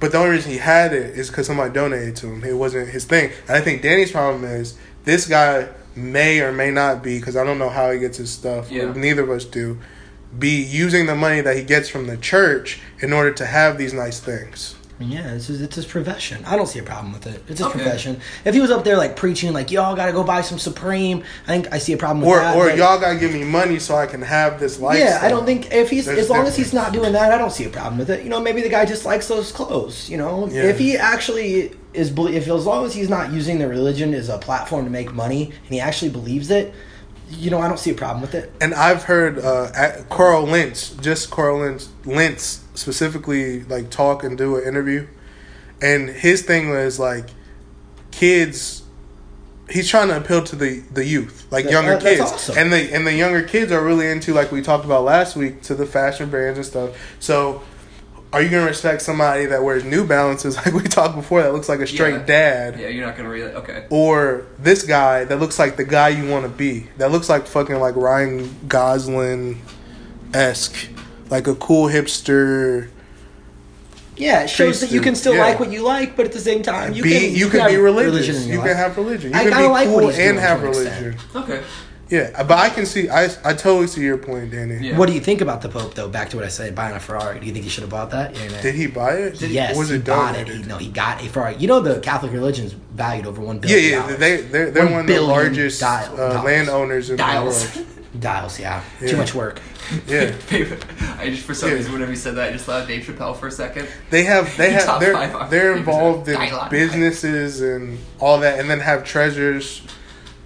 But the only reason he had it is because somebody donated to him. It wasn't his thing. And I think Danny's problem is this guy may or may not be, because I don't know how he gets his stuff. or Yeah. Neither of us do. Be using the money that he gets from the church in order to have these nice things. I mean, yeah, it's his, it's his profession. I don't see a problem with it. It's his Okay. profession. If he was up there like preaching, like y'all got to go buy some Supreme, I think I see a problem with Or, that. or but- y'all gotta give me money so I can have this life. Yeah, I don't think if he's There's as long as he's not doing that, I don't see a problem with it. You know, maybe the guy just likes those clothes. You know, Yeah. if he actually is, belie- if as long as he's not using the religion as a platform to make money and he actually believes it, you know, I don't see a problem with it. And I've heard uh, at- Carl Lentz, just Carl Lentz, Lentz specifically, like talk and do an interview, and his thing was like, kids. He's trying to appeal to the, the youth, like That- younger that- that's kids, awesome. and the and the younger kids are really into like we talked about last week to the fashion brands and stuff. So, are you gonna respect somebody that wears New Balances *laughs* like we talked before that looks like a straight Yeah. dad? Yeah, you're not gonna read it. Okay. or this guy that looks like the guy you want to be. That looks like fucking like Ryan Gosling esque, like a cool hipster. Yeah, it shows that you can still Yeah. like what you like, but at the same time, you be can you have can be religious. religion in your You life. can have religion. You I can kinda be like what cool he's doing and to have an extent. religion. Okay. *laughs* Yeah, but I can see. I I totally see your point, Danny. Yeah. What do you think about the Pope, though? Back to what I said, buying a Ferrari. Do you think he should have bought that? Yeah, man. Did he buy it? Did yes, Was he it bought it. donated? He, no, he got a Ferrari. You know the Catholic religion's valued over one Yeah, billion. yeah. dollars. They they're, they're One one, of the billion largest dial- uh, dollars. landowners in dials, the world. dials. Yeah. Yeah. too much work. *laughs* Yeah, I just for some Yeah. reason whenever you said that, I just thought of Dave Chappelle for a second. They have they *laughs* have Top they're five artists. they're involved in Dialogue. businesses and all that, and then have treasures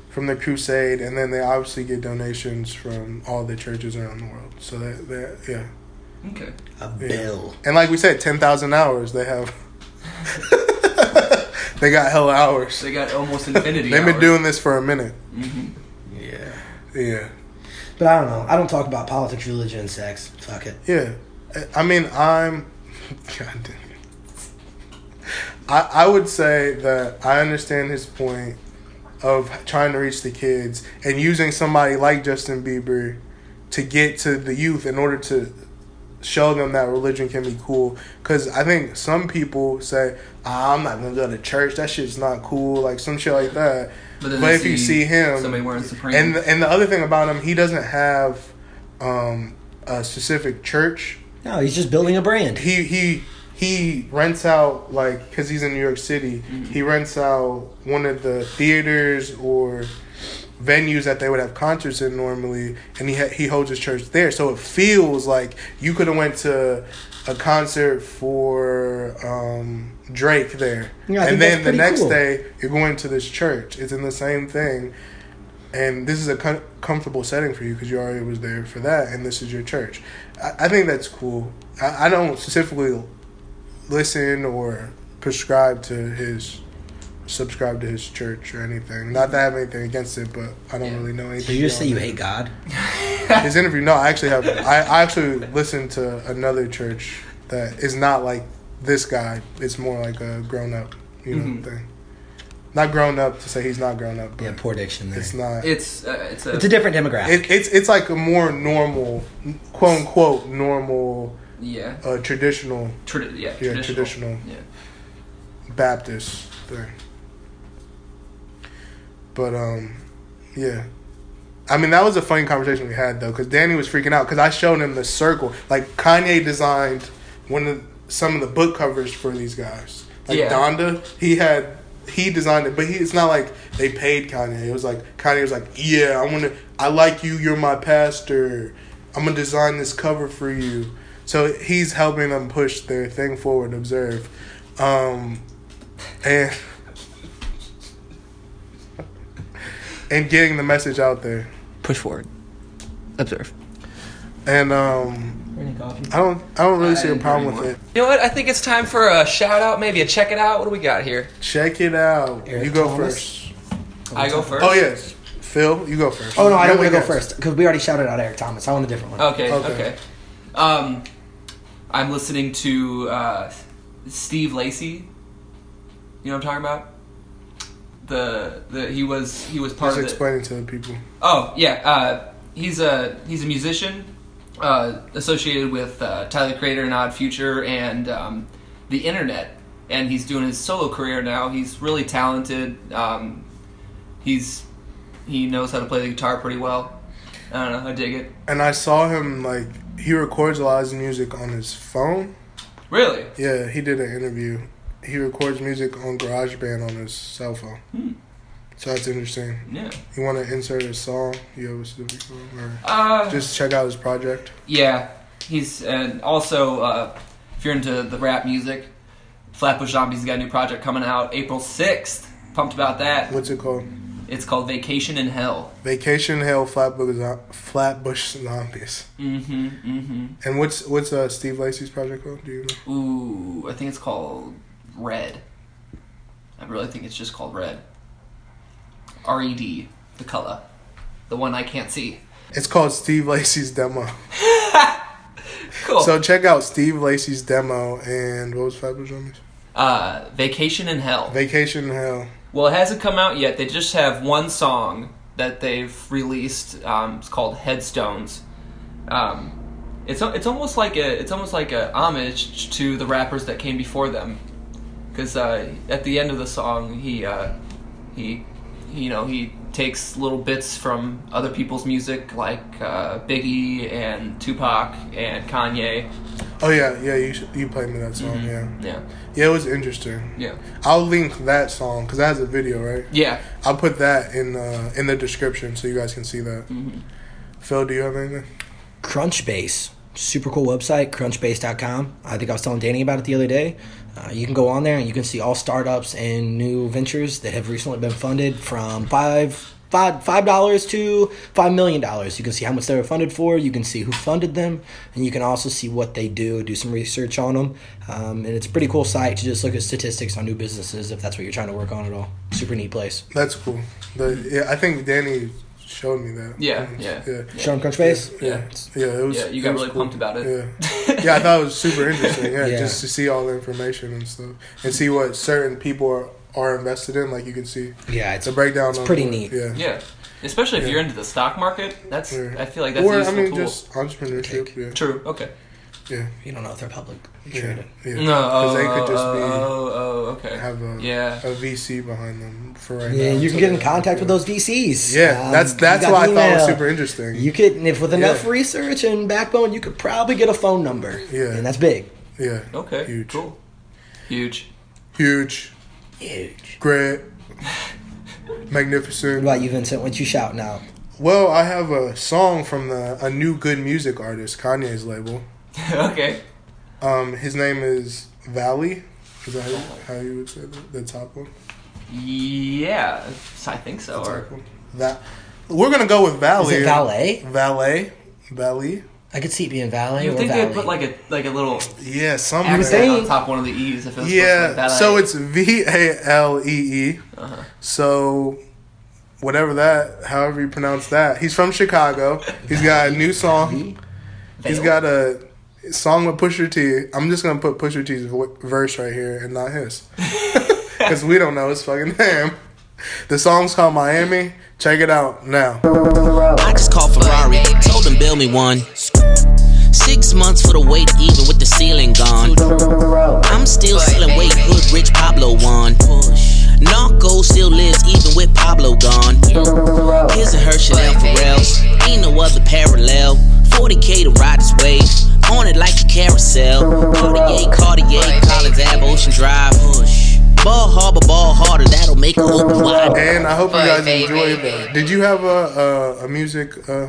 from the crusade, and then they obviously get donations from all the churches around the world. So that that yeah, Okay. A bill. and like we said, ten thousand hours they have. *laughs* they got hella hours. They got *laughs* almost infinity. They've been hours. doing this for a minute. Yeah. Yeah, But I don't know. I don't talk about politics, religion, and sex. Fuck it. yeah. I mean, I'm. *laughs* God damn it. I, I would say that I understand his point of trying to reach the kids and using somebody like Justin Bieber to get to the youth in order to show them that religion can be cool. Because I think some people say, "Ah, I'm not going to go to church. That shit's not cool. Like some shit like that. But But, then they if you see see him, somebody wearing Supreme. And the, and the other thing about him, he doesn't have um, a specific church No, he's just building a brand. he he he rents out like because he's in New York City. He rents out one of the theaters or venues that they would have concerts in normally, and he ha- he holds his church there. So it feels like you could have went to a concert for um, Drake there, Yeah, I think and that's then the pretty next cool. day you're going to this church. It's in the same thing. And this is a com- comfortable setting for you because you already was there for that, and this is your church. I, I think that's cool. I, I don't specifically listen or prescribe to his subscribe to his church or anything. Not that I have anything against it, but I don't Yeah. really know So anything. you just say you beyond hate God? his interview? No, I actually *laughs* have. I, I actually listened to another church that is not like this guy. It's more like a grown up, you know, Mhm. thing. Not grown up to say he's not grown up, but Mm-hmm. Yeah, poor diction there. it's It's, not. It's uh, it's a a different demographic. It, it's it's like a more normal, quote unquote normal, yeah, uh, traditional tradi- yeah, yeah, traditional. traditional. Yeah. Baptist thing. But um, yeah. I mean, that was a funny conversation we had though, because Danny was freaking out because I showed him the circle. Like Kanye designed one of some of the book covers for these guys. Like Yeah. Donda, he had he designed it, but he, it's not like they paid Kanye. It was like Kanye was like, "Yeah, I want to. I like you. You're my pastor. I'm gonna design this cover for you." So he's helping them push their thing forward. Observe, um, and and getting the message out there. Push forward. Observe. And um, I don't I don't really I see a didn't problem hear with it. You know what? I think it's time for a shout out, maybe a check it out. What do we got here? Check it out. Eric you go Thomas? first. I go first. Oh yes, Phil, you go first. oh no, I don't You're want the to go guest. first because we already shouted out Eric Thomas. I want a different one. Okay. Okay. Okay. Um, I'm listening to uh, Steve Lacy. You know what I'm talking about? The the he was he was part Just of the, explaining to the people. Oh yeah, uh, he's a he's a musician uh, associated with uh, Tyler the Creator and Odd Future and um, the Internet, and he's doing his solo career now. He's really talented. Um, he's he knows how to play the guitar pretty well. I don't know, I dig it. And I saw him like he records a lot of his music on his phone. Really? Yeah, he did an interview. He records music on GarageBand on his cell phone. Hmm. So that's interesting. Yeah. You want to insert a song? You have a specific song, or Uh, just check out his project. Yeah, he's and also uh, if you're into the rap music, Flatbush Zombies got a new project coming out April sixth. Pumped about that. What's it called? It's called Vacation in Hell. Vacation Hell Flatbush, Zo- Flatbush Zombies. Mm-hmm. Mm-hmm. And what's what's uh, Steve Lacy's project called? Do you know? Ooh, I think it's called Red. I really think it's just called Red. R E D, the color, the one I can't see. It's called Steve Lacy's Demo. Cool. So check out Steve Lacy's Demo and what was Flatbush Zombies? uh, Vacation in Hell. Vacation Hell. Well, it hasn't come out yet. They just have one song that they've released. Um, it's called Headstones. Um, it's a- it's almost like a it's almost like a homage to the rappers that came before them, because uh, at the end of the song he uh, he you know he takes little bits from other people's music like uh, Biggie and Tupac and Kanye. Oh yeah, yeah. You should, you played me that song. Yeah, Yeah, yeah. It was interesting. Mm-hmm. yeah, I'll link that song because that has a video, right? yeah. I'll put that in uh, in the description so you guys can see that. Mm-hmm. Phil, do you have anything? Crunchbase. Super cool website, crunchbase.com. I think I was telling Danny about it the other day. Uh, you can go on there and you can see all startups and new ventures that have recently been funded from five. Five, five dollars to five million dollars. You can see how much they were funded for. You can see who funded them, and you can also see what they do. Do some research on them, um, and it's a pretty cool site to just look at statistics on new businesses if that's what you're trying to work on at all. Super neat place. That's cool. The, yeah, I think Danny showed me that. Mm-hmm. Mm-hmm. Yeah, yeah. yeah. Show 'em Crunchbase. Yeah, yeah, it was. Yeah, you it got was really pumped about it. *laughs* Yeah, yeah, I thought it was super interesting. Yeah, Yeah. just to see all the information and stuff, and see what certain people are, are invested in. Like you can see Yeah, it's the breakdown. It's on pretty what- neat. Yeah, Yeah, especially if Yeah. you're into the stock market. That's Yeah. I feel like that's a or I useful mean, tool. just entrepreneurship. Yeah, True. Okay. yeah, you don't know if they're public yeah. traded. yeah. No. Oh, they could just oh, be- oh, oh, okay. Have a yeah. a VC behind them for right Yeah, now. you can get in contact with those VCs. Yeah, Um, that's you that's got why I an thought it was email. super interesting. You could, and if with enough Yeah. research and backbone, you could probably get a phone number. Yeah. and that's big. yeah, okay. huge. Cool. Huge. *laughs* huge, Huge. great, What magnificent. about you, Vincent? What you shouting out? Well, I have a song from the a new good music artist, Kanye's label. okay. Um, his name is Valley. Is that how, how you would say that? The top one? Yeah. so I think so. Or That we're gonna go with Is Valley. it valet? Valet. Valley. I could see it being valet you or think valet. they put like a like a little Yeah, something. accent saying- on top of one of the e's if it was supposed to Yeah. be So ballet. it's V A L E E. Uh-huh. So whatever that, however you pronounce that, he's from Chicago. He's got a new song. He's Vale. got a song with Pusher T. I'm just gonna put Pusher T's vo- verse right here and not his, because we don't know his fucking name. The song's called Miami. Check it out now. I just called Ferrari, told them build me one. Six months for the wait, even with the ceiling gone. I'm still selling weight, hood rich Pablo one. Narco still lives even with Pablo gone. His and her Chanel Pharrell's. Ain't no other parallel. 40k to ride his wave. On it like a carousel. Cartier, Cartier, Collins Ave, Ocean Drive. Ball harbor, ball harder. That'll make a hoop wide. And I hope you Boy, guys baby. enjoyed that. Did you have a a, a music? Uh,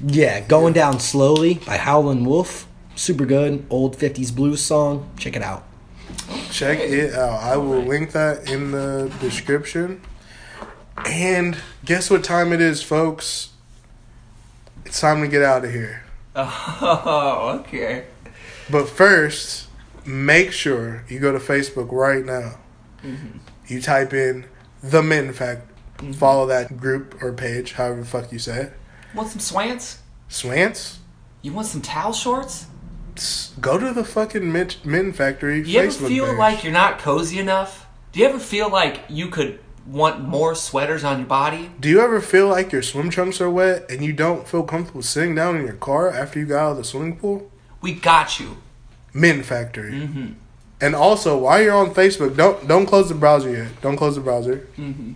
yeah, going down slowly by Howlin' Wolf. Super good old '50s blues song. Check it out. check it out. I will link that in the description. And guess what time it is, folks? It's time to get out of here. *laughs* Oh, okay. But first, make sure you go to Facebook right now. Mm-hmm. You type in the Men Fact. Follow that group or page, however the fuck you say it. Want some swants? Swants. You want some towel shorts? Go to the fucking Men, Men Factory Do you ever Facebook feel page. like you're not cozy enough? Do you ever feel like you could want more sweaters on your body? Do you ever feel like your swim trunks are wet and you don't feel comfortable sitting down in your car after you got out of the swimming pool? We got you. *laughs* Men Factory. Mm-hmm. And also, while you're on Facebook, don't don't close the browser yet. Don't close the browser. Mm-hmm.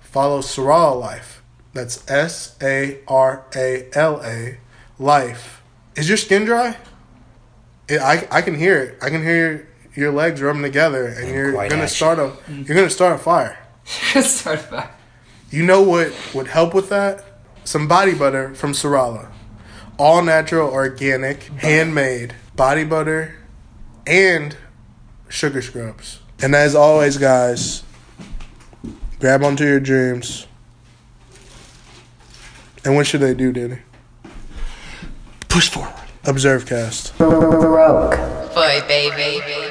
Follow Sarala Life. That's S A R A L A Life. Is your skin dry? It, I I can hear it. I can hear your legs rubbing together, and you're quite gonna ashy. start a you're gonna start a fire. Start back. You know what would help with that? Some body butter from Sarala. All natural, organic, handmade body butter and sugar scrubs. And as always, guys, Grab onto your dreams. And what should they do, Danny? Push forward. Observe cast. Baroque. Boy, baby.